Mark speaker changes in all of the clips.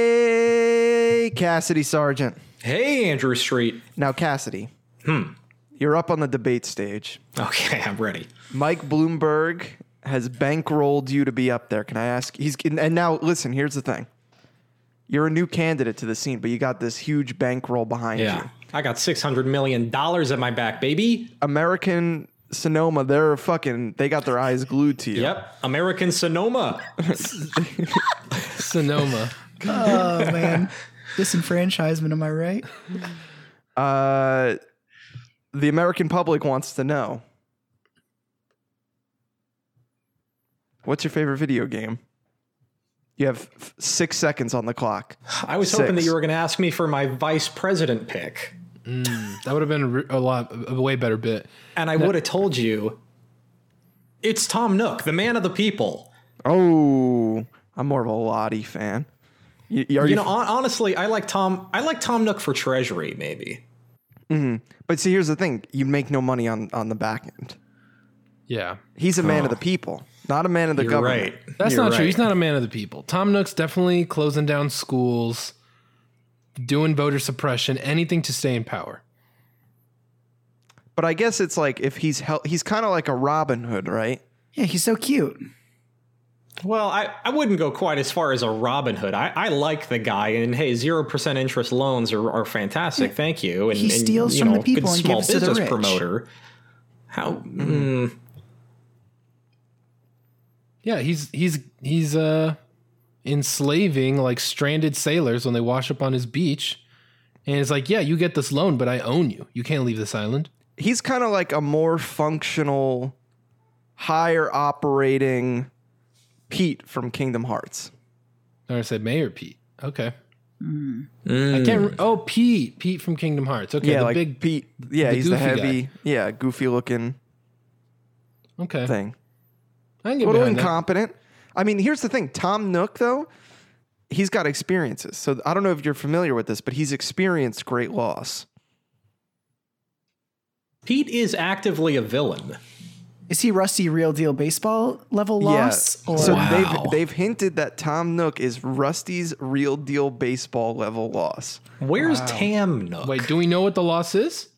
Speaker 1: Hey, Cassidy Sargent.
Speaker 2: Hey, Andrew Street.
Speaker 1: Now, Cassidy, you're up on the debate stage.
Speaker 2: Okay, I'm ready.
Speaker 1: Mike Bloomberg has bankrolled you to be up there. Can I ask? He's and now listen. Here's the thing. You're a new candidate to the scene, but you got this huge bankroll behind
Speaker 2: Yeah.
Speaker 1: you.
Speaker 2: I got $600 million at my back, baby.
Speaker 1: American Sonoma, they're fucking. They got their eyes glued to you.
Speaker 2: Yep. American Sonoma.
Speaker 3: Sonoma.
Speaker 4: Oh man, disenfranchisement. Am I right?
Speaker 1: Uh, the American public wants to know. What's your favorite video game? You have f- six seconds on the clock.
Speaker 2: I was hoping that
Speaker 1: Six.
Speaker 2: you were going to ask me for my vice president pick,
Speaker 3: That would have been a re- a lot, a way better bit.
Speaker 2: and I would have told you it's Tom Nook, the man of the people.
Speaker 1: Oh, I'm more of a Lottie fan. You, you- are
Speaker 2: You
Speaker 1: you,
Speaker 2: know, hon- honestly, I like Tom. I like Tom Nook for Treasury, maybe.
Speaker 1: but see, here's the thing: you make no money on on the back end.
Speaker 3: Yeah.
Speaker 1: He's a man of the people, not a man of the
Speaker 2: You're
Speaker 1: government.
Speaker 2: right.
Speaker 3: That's
Speaker 2: You're
Speaker 3: not true.
Speaker 2: right.
Speaker 3: He's not a man of the people. Tom Nook's definitely closing down schools, doing voter suppression, anything to stay in power.
Speaker 1: But I guess it's like if he's hel- he's kind of like a Robin Hood, right?
Speaker 4: Yeah, he's so cute.
Speaker 2: Well, I, I wouldn't go quite as far as a Robin Hood. I, I like the guy, and hey, zero percent interest loans are, are fantastic. Thank you. And
Speaker 4: He
Speaker 2: and,
Speaker 4: steals
Speaker 2: you
Speaker 4: from the
Speaker 2: know,
Speaker 4: people
Speaker 2: good
Speaker 4: and
Speaker 2: small
Speaker 4: gives to the
Speaker 2: business
Speaker 4: rich.
Speaker 2: promoter. How? mm,
Speaker 3: Yeah, he's he's he's uh enslaving like stranded sailors when they wash up on his beach. And it's like, yeah, you get this loan, but I own you. You can't leave this island.
Speaker 1: he's kind of like a more functional, higher operating Pete from Kingdom Hearts.
Speaker 3: Or I said Mayor Pete. Okay. I can't. Re- oh, Pete. Pete from Kingdom Hearts. Okay.
Speaker 1: Mm. Yeah,
Speaker 3: the
Speaker 1: like
Speaker 3: big.
Speaker 1: Pete. Yeah,
Speaker 3: the
Speaker 1: he's the
Speaker 3: goofy guy.
Speaker 1: heavy, yeah, goofy looking
Speaker 3: Okay.
Speaker 1: thing.
Speaker 3: I can get
Speaker 1: A little
Speaker 3: behind that.
Speaker 1: incompetent. I mean, here's the thing: Tom Nook, though, he's got experiences. So I don't know if you're familiar with this, but he's experienced great loss.
Speaker 2: Pete is actively a villain.
Speaker 4: Is he Rusty real deal baseball level loss?
Speaker 1: Yeah.
Speaker 4: Or
Speaker 1: So
Speaker 3: Wow.
Speaker 1: they've they've hinted that Tom Nook is Rusty's real deal baseball level loss.
Speaker 2: Where's Tam Nook?
Speaker 3: Wait, do we know what the loss is?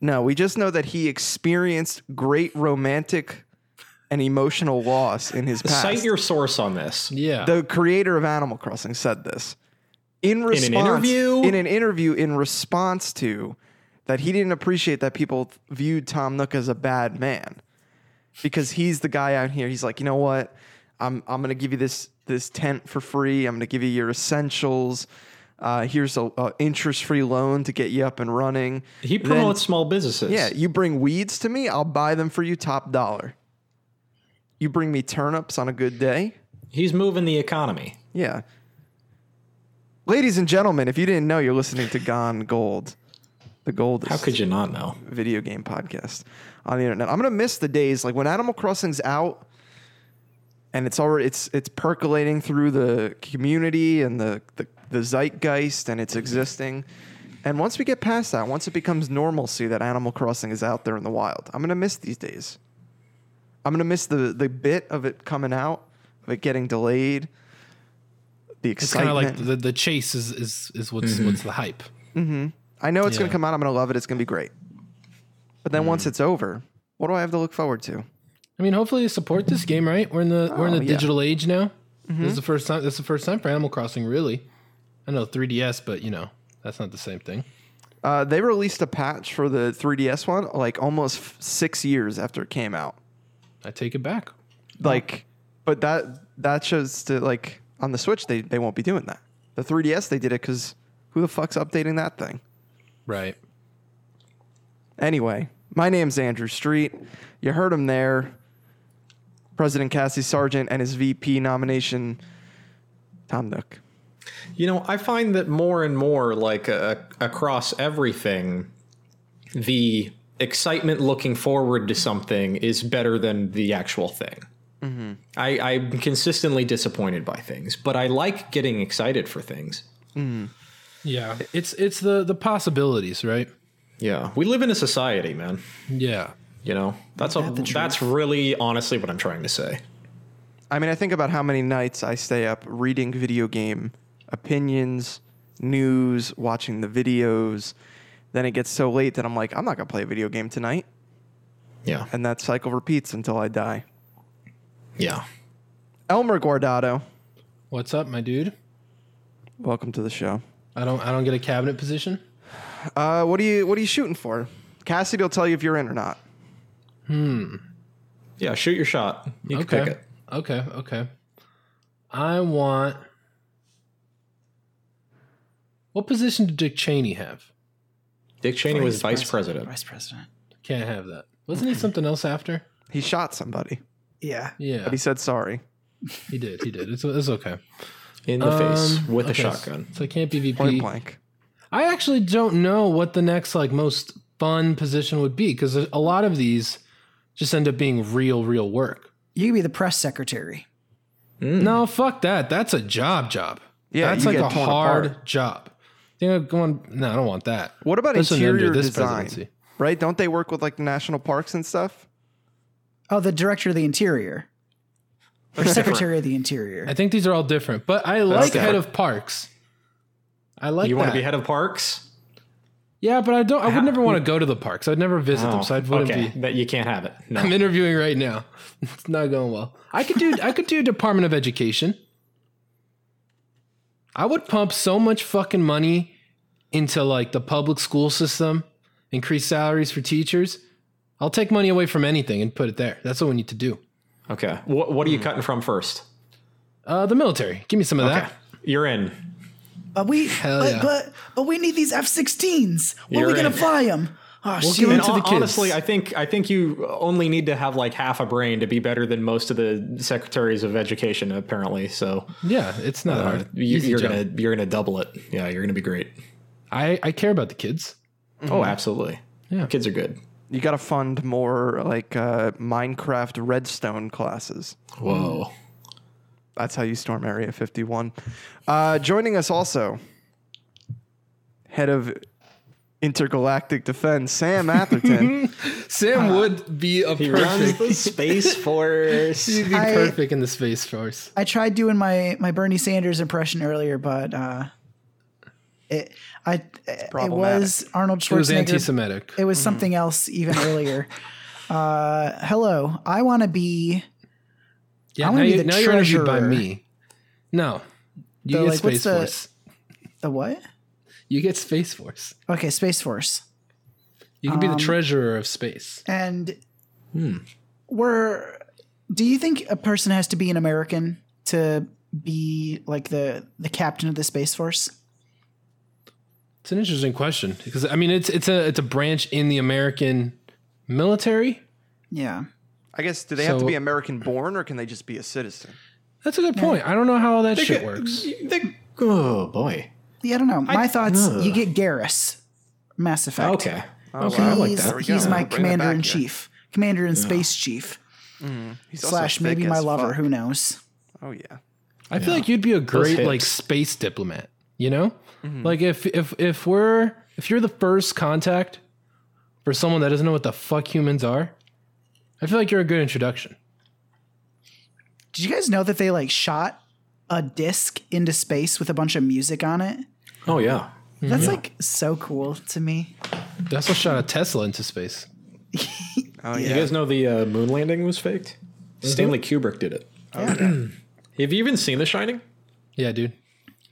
Speaker 1: No, we just know that he experienced great romantic and emotional loss in his past.
Speaker 2: Cite your source on this.
Speaker 3: Yeah.
Speaker 1: the creator of Animal Crossing said this in response
Speaker 2: interview?
Speaker 1: in an interview in response to that he didn't appreciate that people th- viewed Tom Nook as a bad man because he's the guy out here. He's like, you know what? I'm I'm gonna give you this this tent for free. I'm gonna give you your essentials. Uh, here's a, a interest free loan to get you up and running.
Speaker 2: He
Speaker 1: Then-
Speaker 2: promotes small businesses.
Speaker 1: yeah, you bring weeds to me, I'll buy them for you top dollar. You bring me turnips on a good day.
Speaker 2: He's moving the economy.
Speaker 1: Yeah. Ladies and gentlemen, if you didn't know, you're listening to Gone Gold, the goldest
Speaker 2: How could you not know?
Speaker 1: video game podcast on the internet. I'm gonna miss the days like when Animal Crossing's out, and it's already it's it's percolating through the community and the the, the zeitgeist, and
Speaker 3: Mm-hmm.
Speaker 1: it's existing. And once we get past that, once it becomes normalcy that Animal Crossing is out there in the wild, I'm gonna miss these days. I'm gonna miss the the bit of it coming out, of it getting delayed. The
Speaker 3: it's kind of
Speaker 1: excitement.
Speaker 3: like the, the chase is is, is what's what's the hype.
Speaker 1: I know it's gonna
Speaker 3: Yeah. Mm.
Speaker 1: come out. I'm gonna love it. It's gonna be great. But then once it's over, what do I have to look forward to?
Speaker 3: I mean, hopefully they support this game, right? We're in the we're in
Speaker 1: Oh,
Speaker 3: the
Speaker 1: yeah.
Speaker 3: digital age now. This
Speaker 2: Mm-hmm.
Speaker 3: is the first time. This is the first time for Animal Crossing, really. I know 3DS, but you know that's not the same thing.
Speaker 1: Uh, they released a patch for the 3DS one like almost f- six years after it came out.
Speaker 3: I take it back.
Speaker 1: Like, but that that shows to like on the Switch they they won't be doing that. The 3DS they did it because who the fuck's updating that thing?
Speaker 3: Right.
Speaker 1: Anyway, my name's Andrew Street. You heard him there. President Cassie Sargent and his VP nomination, Tom Nook.
Speaker 2: You know, I find that more and more, like uh, across everything, the excitement looking forward to something is better than the actual thing.
Speaker 3: Mm-hmm.
Speaker 2: I, I'm consistently disappointed by things, but I like getting excited for things.
Speaker 3: Yeah. It's it's the the possibilities, right?
Speaker 2: Yeah, we live in a society, man.
Speaker 3: Yeah.
Speaker 2: You know, that's a,
Speaker 4: that the
Speaker 2: that's really honestly what I'm trying to say.
Speaker 1: I mean, I think about how many nights I stay up reading video game opinions, news, watching the videos. Then it gets so late that I'm like, I'm not gonna play a video game tonight,
Speaker 2: Yeah.
Speaker 1: and that cycle repeats until I die.
Speaker 2: Yeah.
Speaker 1: Elmer Guardado,
Speaker 3: What's up, my dude?
Speaker 1: welcome to the show.
Speaker 3: I don't I don't get a cabinet position.
Speaker 1: Uh, what are you What are you shooting for? Cassidy will tell you if you're in or not.
Speaker 2: Yeah. Shoot your shot. You can
Speaker 3: okay.
Speaker 2: pick it.
Speaker 3: Okay, okay. I want What position did Dick Cheney have?
Speaker 2: Dick Cheney was
Speaker 4: Vice
Speaker 2: vice president.
Speaker 4: Vice president.
Speaker 3: Can't have that. Wasn't he something else after?
Speaker 1: He shot somebody,
Speaker 4: Yeah.
Speaker 3: Yeah,
Speaker 1: but he said sorry.
Speaker 3: he did. He did. It's, it's okay.
Speaker 2: in the face
Speaker 3: Um,
Speaker 2: with a
Speaker 3: okay,
Speaker 2: shotgun.
Speaker 3: So it can't be VP.
Speaker 1: Point blank.
Speaker 3: I actually don't know what the next like most fun position would be because a lot of these just end up being real, real work.
Speaker 4: You could be the press secretary.
Speaker 3: No, fuck that. That's a job job.
Speaker 1: Hmm. Yeah,
Speaker 3: that's
Speaker 1: you
Speaker 3: like
Speaker 1: get
Speaker 3: a
Speaker 1: torn
Speaker 3: hard
Speaker 1: apart.
Speaker 3: job. You know, going. No, I don't want that.
Speaker 1: What about
Speaker 3: This wouldn't
Speaker 1: interior
Speaker 3: do this
Speaker 1: design?
Speaker 3: presidency.
Speaker 1: Right? Don't they work with like national parks and stuff?
Speaker 4: Oh, the director of the interior. Or secretary of the interior.
Speaker 3: I think these are all different, but I like head
Speaker 2: different.
Speaker 3: of parks. I like
Speaker 2: You
Speaker 3: that.
Speaker 2: want to be head of parks?
Speaker 3: yeah, but I don't. I would never want to go to the parks. I'd never visit them, so I wouldn't
Speaker 2: Oh, okay.
Speaker 3: be.
Speaker 2: That you can't have it. No.
Speaker 3: I'm interviewing right now. It's not going well. I could do I could do Department of Education. I would pump so much fucking money into like the public school system, increase salaries for teachers. I'll take money away from anything and put it there. That's what we need to do.
Speaker 2: Okay. What What are you cutting from first?
Speaker 3: Uh, the military. Give me some of
Speaker 2: Okay.
Speaker 3: that.
Speaker 2: You're in.
Speaker 4: But we, but,
Speaker 3: yeah.
Speaker 4: but but we need these F-16s. When are we
Speaker 2: You're in.
Speaker 4: gonna fly them? Oh, shit.
Speaker 3: give 'em
Speaker 2: And
Speaker 3: to the
Speaker 2: hon-
Speaker 3: kids.
Speaker 2: honestly, I think I think you only need to have like half a brain to be better than most of the secretaries of education. Apparently, so
Speaker 3: Yeah, it's not
Speaker 2: uh,
Speaker 3: hard.
Speaker 2: you,
Speaker 3: Easy
Speaker 2: you're
Speaker 3: job.
Speaker 2: gonna you're gonna double it. Yeah, you're gonna be great.
Speaker 3: I I care about the kids.
Speaker 2: Oh, absolutely.
Speaker 3: Yeah.
Speaker 2: kids are good.
Speaker 1: You got to fund more like uh, Minecraft redstone classes.
Speaker 2: Whoa.
Speaker 1: That's how you storm Area 51. Uh, joining us also, head of intergalactic defense, Sam Atherton.
Speaker 3: Sam would be a
Speaker 2: Uh, He runs
Speaker 3: perfect.
Speaker 2: the space force.
Speaker 3: He'd be
Speaker 4: I-
Speaker 3: perfect in the space force.
Speaker 4: I tried doing my my Bernie Sanders impression earlier, but uh, it I it was
Speaker 1: problematic.
Speaker 4: Arnold
Speaker 3: It was
Speaker 4: Schwarzenegger.
Speaker 3: anti-Semitic.
Speaker 4: It was
Speaker 1: Mm-hmm.
Speaker 4: something else even earlier. Uh, hello, I want to be
Speaker 3: Yeah,
Speaker 4: I
Speaker 3: now,
Speaker 4: wanna be
Speaker 3: you,
Speaker 4: the
Speaker 3: now you're interviewed by
Speaker 4: treasurer.
Speaker 3: me. No, you
Speaker 4: The,
Speaker 3: get
Speaker 4: like, what's
Speaker 3: Space
Speaker 4: the-
Speaker 3: Force.
Speaker 4: the what?
Speaker 3: You get Space Force.
Speaker 4: Okay, Space Force,
Speaker 3: You can be
Speaker 4: Um,
Speaker 3: the treasurer of space.
Speaker 4: and
Speaker 1: Hmm.
Speaker 4: we're. Do you think a person has to be an American to be like the the captain of the Space Force?
Speaker 3: It's an interesting question because I mean it's it's a it's a branch in the American military.
Speaker 4: Yeah.
Speaker 1: I guess, do they have to
Speaker 3: So-
Speaker 1: be American born or can they just be a citizen?
Speaker 3: That's a good point. I don't know how all that shit works.
Speaker 2: They- oh boy.
Speaker 4: Yeah, I don't know. My thoughts.
Speaker 2: Ugh.
Speaker 4: You get Garrus, Mass Effect.
Speaker 2: Okay.
Speaker 1: Oh, Okay.
Speaker 2: I
Speaker 4: He's,
Speaker 2: like that.
Speaker 1: we
Speaker 4: he's
Speaker 1: go.
Speaker 4: my
Speaker 1: Bring it
Speaker 4: commander
Speaker 1: back
Speaker 4: in
Speaker 1: here. Mm.
Speaker 4: chief, commander in space chief
Speaker 1: He's also
Speaker 4: slash maybe
Speaker 1: thick
Speaker 4: my
Speaker 1: as
Speaker 4: lover.
Speaker 1: fuck.
Speaker 4: Who knows?
Speaker 1: Oh, yeah.
Speaker 3: I feel like you'd be a great like
Speaker 2: hips.
Speaker 3: space diplomat. You know,
Speaker 4: Mm-hmm.
Speaker 3: like if if if we're if you're the first contact for someone that doesn't know what the fuck humans are, I feel like you're a good introduction.
Speaker 4: Did you guys know that they like shot a disc into space with a bunch of music on it?
Speaker 2: Oh yeah.
Speaker 4: That's like so cool to me.
Speaker 3: They also shot a Tesla into space.
Speaker 1: Oh, yeah. Mm-hmm.
Speaker 2: You guys know the uh, moon landing was faked? Stanley Kubrick did it.
Speaker 1: Oh,
Speaker 2: Have you even seen The Shining?
Speaker 3: Yeah, dude.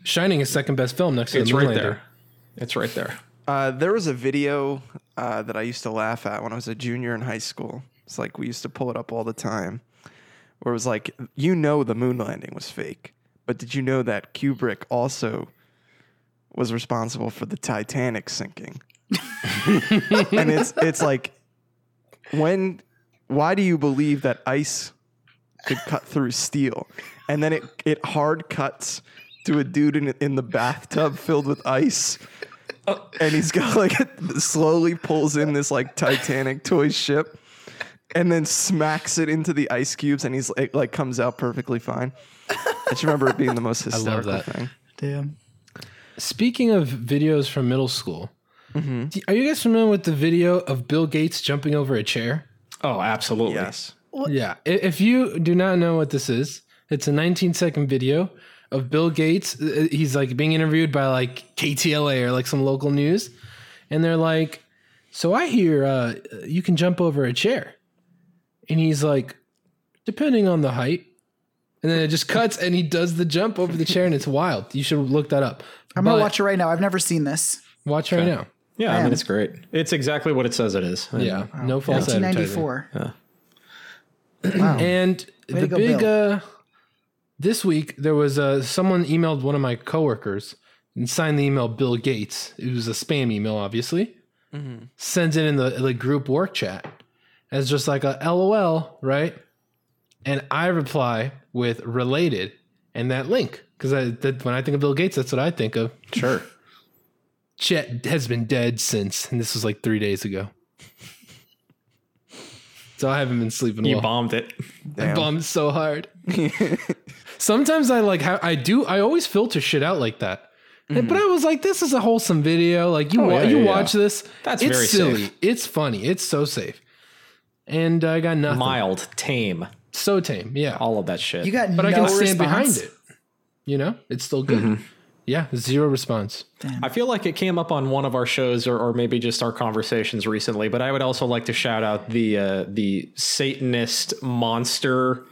Speaker 3: Shining is second best film next to
Speaker 2: It's
Speaker 3: the
Speaker 2: right
Speaker 3: Moonlander.
Speaker 2: there. It's right there.
Speaker 1: Uh, there was a video uh, that I used to laugh at when I was a junior in high school. It's like we used to pull it up all the time, where it was like, you know, the moon landing was fake, but did you know that Kubrick also was responsible for the Titanic sinking? and it's it's like, when, why do you believe that ice could cut through steel? And then it it hard cuts to a dude in in the bathtub filled with ice and he's got like slowly pulls in this like Titanic toy ship and then smacks it into the ice cubes and he's it like comes out perfectly fine. I just remember it being the most
Speaker 3: love
Speaker 1: hysterical
Speaker 3: that.
Speaker 1: thing.
Speaker 4: Damn.
Speaker 3: Speaking of videos from middle school,
Speaker 2: Mm-hmm.
Speaker 3: d- are you guys familiar with the video of Bill Gates jumping over a chair?
Speaker 2: Oh, absolutely.
Speaker 1: Yes.
Speaker 3: Yeah. I- If you do not know what this is, it's a 19 second video of Bill Gates. Uh, He's like being interviewed by like KTLA or like some local news, and they're like, "So I hear uh, you can jump over a chair," and he's like, "Depending on the height." And then it just cuts, and he does the jump over the chair, and it's wild. You should look that up.
Speaker 4: I'm gonna
Speaker 3: But-
Speaker 4: watch it right now. I've never seen this.
Speaker 3: Watch right now.
Speaker 2: Yeah, I mean
Speaker 4: Man.
Speaker 2: it's great. It's exactly what it says it is. And
Speaker 3: Yeah, no false advertising.
Speaker 4: 1994.
Speaker 3: And
Speaker 4: Oh. to
Speaker 3: the
Speaker 4: go,
Speaker 3: big
Speaker 4: Bill.
Speaker 3: uh this week there was uh someone emailed one of my coworkers and signed the email Bill Gates. It was a spam email, obviously. Sends it in the the group work chat as just like a LOL, right? And I reply with related and that link because I that, when I think of Bill Gates, that's what I think of.
Speaker 2: Sure.
Speaker 3: Chet has been dead since, and this was like three days ago. So I haven't been sleeping
Speaker 2: You
Speaker 3: well.
Speaker 2: bombed it.
Speaker 3: I
Speaker 1: Damn.
Speaker 3: bummed so hard. Sometimes I like ha- I do I always filter shit out like that. And- But I was like, this is a wholesome video. Like you, wa-
Speaker 2: Hmm. Oh, yeah,
Speaker 3: you
Speaker 2: yeah,
Speaker 3: watch this.
Speaker 2: That's
Speaker 3: it's
Speaker 2: very
Speaker 3: silly.
Speaker 2: safe.
Speaker 3: It's funny. It's so safe. And I got nothing.
Speaker 2: Mild, tame,
Speaker 3: so tame. Yeah.
Speaker 2: all of that shit.
Speaker 4: You got
Speaker 3: but
Speaker 4: no
Speaker 3: I can
Speaker 4: response.
Speaker 3: stand behind it. You know, it's still good.
Speaker 2: Mm-hmm.
Speaker 3: Yeah. Zero response.
Speaker 2: I feel like it came up on one of our shows or, or maybe just our conversations recently, but I would also like to shout out the uh, the Satanist monster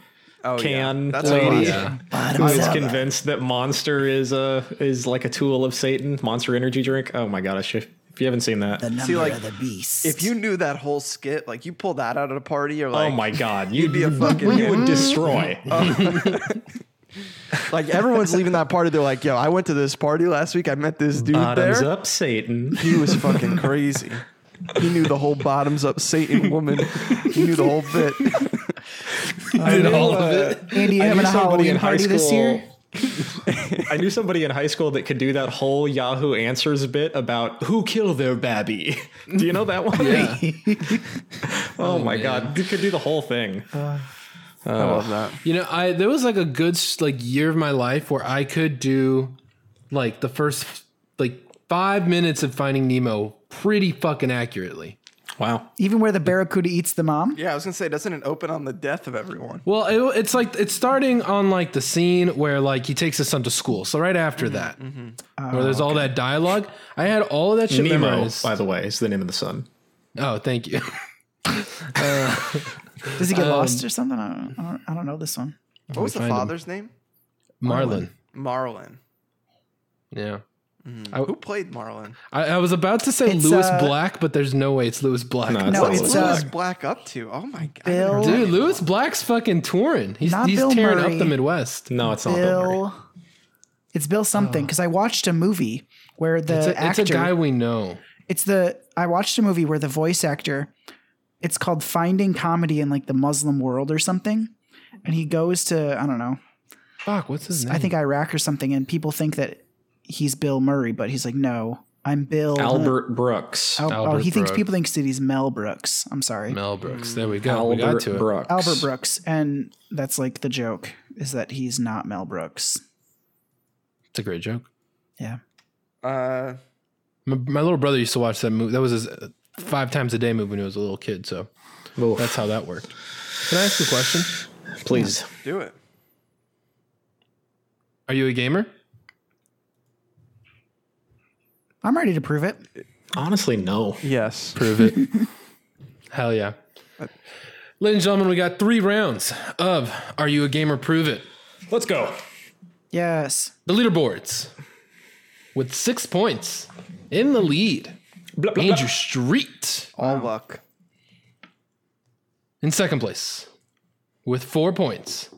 Speaker 1: Oh, yeah.
Speaker 2: can
Speaker 1: That's what
Speaker 2: lady
Speaker 1: it was.
Speaker 2: who is convinced that monster is a is like a tool of Satan, monster energy drink. Oh my god, I should if you haven't seen that.
Speaker 4: The number
Speaker 1: like,
Speaker 4: of the beast.
Speaker 1: If you knew that whole skit, like you pull that out at a party, you're
Speaker 2: oh
Speaker 1: like,
Speaker 2: my god,
Speaker 1: you'd
Speaker 2: you'd
Speaker 1: be a fucking
Speaker 2: you would destroy.
Speaker 1: like everyone's leaving that party. They're like, yo, I went to this party last week. I met this dude
Speaker 2: Bottoms
Speaker 1: there.
Speaker 2: up, Satan.
Speaker 1: He was fucking crazy. He knew the whole bottoms up Satan woman. He knew the whole bit.
Speaker 3: I did all of it.
Speaker 4: Andy, you
Speaker 2: uh, I
Speaker 4: having
Speaker 2: knew somebody
Speaker 4: a Halloween
Speaker 2: in high
Speaker 4: party this year?
Speaker 2: school- I knew somebody in high school that could do that whole Yahoo Answers bit about who killed their babby. Do you know that one?
Speaker 3: Yeah.
Speaker 2: oh, my god, you could do the whole thing.
Speaker 4: Uh,
Speaker 1: I love that.
Speaker 3: You know, I there was like a good s- like year of my life where I could do like the first like five minutes of Finding Nemo pretty fucking accurately.
Speaker 2: Wow.
Speaker 4: Even where the barracuda eats the mom?
Speaker 1: Yeah, I was gonna say, doesn't it open on the death of everyone?
Speaker 3: Well, it, it's like it's starting on like the scene where like he takes his son to school. So right after that, where there's all that dialogue, I had all of that shit
Speaker 2: Nemo,
Speaker 3: memorized.
Speaker 2: by the way, is the name of the son.
Speaker 3: Oh, thank you.
Speaker 4: Does he get
Speaker 3: Um,
Speaker 4: lost or something? I don't, I don't, I don't know this one.
Speaker 1: What was the
Speaker 3: find him.
Speaker 1: father's name?
Speaker 3: Marlin.
Speaker 1: Marlin.
Speaker 3: Yeah.
Speaker 1: Who played Marlin?
Speaker 3: I, I was about to say
Speaker 4: It's,
Speaker 3: Lewis
Speaker 4: uh,
Speaker 3: Black, but there's no way it's Lewis Black.
Speaker 2: No, it's
Speaker 4: No,
Speaker 2: not
Speaker 4: it's,
Speaker 1: What's
Speaker 2: Oh, Lewis
Speaker 4: uh,
Speaker 1: Lewis
Speaker 2: Black.
Speaker 1: Black up to? Oh my god.
Speaker 4: Bill-
Speaker 3: Dude, Lewis Black's fucking touring. He's,
Speaker 4: Not
Speaker 3: he's
Speaker 4: Bill
Speaker 3: tearing up
Speaker 4: Murray.
Speaker 3: the Midwest.
Speaker 2: No, it's not Bill Murray.
Speaker 4: Bill. It's Bill something because I watched a movie where the
Speaker 3: Oh. It's a, it's
Speaker 4: actor.
Speaker 3: a guy we know.
Speaker 4: it's the I watched a movie where the voice actor it's called Finding Comedy in like the Muslim world or something. And he goes to I don't know,
Speaker 3: Fuck, what's his name?
Speaker 4: I think Iraq or something and people think that he's Bill Murray, but he's like no, I'm Bill
Speaker 2: Albert Brooks.
Speaker 4: Oh, oh,
Speaker 3: Albert
Speaker 4: he thinks
Speaker 3: Brooks.
Speaker 4: people think that he's Mel Brooks. I'm sorry.
Speaker 3: Mel Brooks. There we go. Oh, we got
Speaker 2: Albert
Speaker 3: to it.
Speaker 2: Brooks.
Speaker 4: Albert Brooks and that's like the joke is that he's not Mel Brooks.
Speaker 3: It's a great joke.
Speaker 4: Yeah.
Speaker 1: Uh,
Speaker 3: My, my little brother used to watch that movie. That was his uh, five times a day movie when he was a little kid. So
Speaker 2: Oof.
Speaker 3: that's how that worked. Can I ask you a question?
Speaker 2: Please.
Speaker 1: do it.
Speaker 3: Are you a gamer?
Speaker 4: I'm ready to prove it.
Speaker 2: Honestly, no.
Speaker 1: Yes.
Speaker 3: Prove it. Hell yeah. Ladies and gentlemen, we got three rounds of Are You a Gamer? Prove It.
Speaker 2: Let's go.
Speaker 4: Yes.
Speaker 3: The leaderboards with six points in the lead.
Speaker 2: Blah, blah,
Speaker 3: Andrew
Speaker 2: blah.
Speaker 3: Street
Speaker 1: All luck.
Speaker 3: in second place with four points.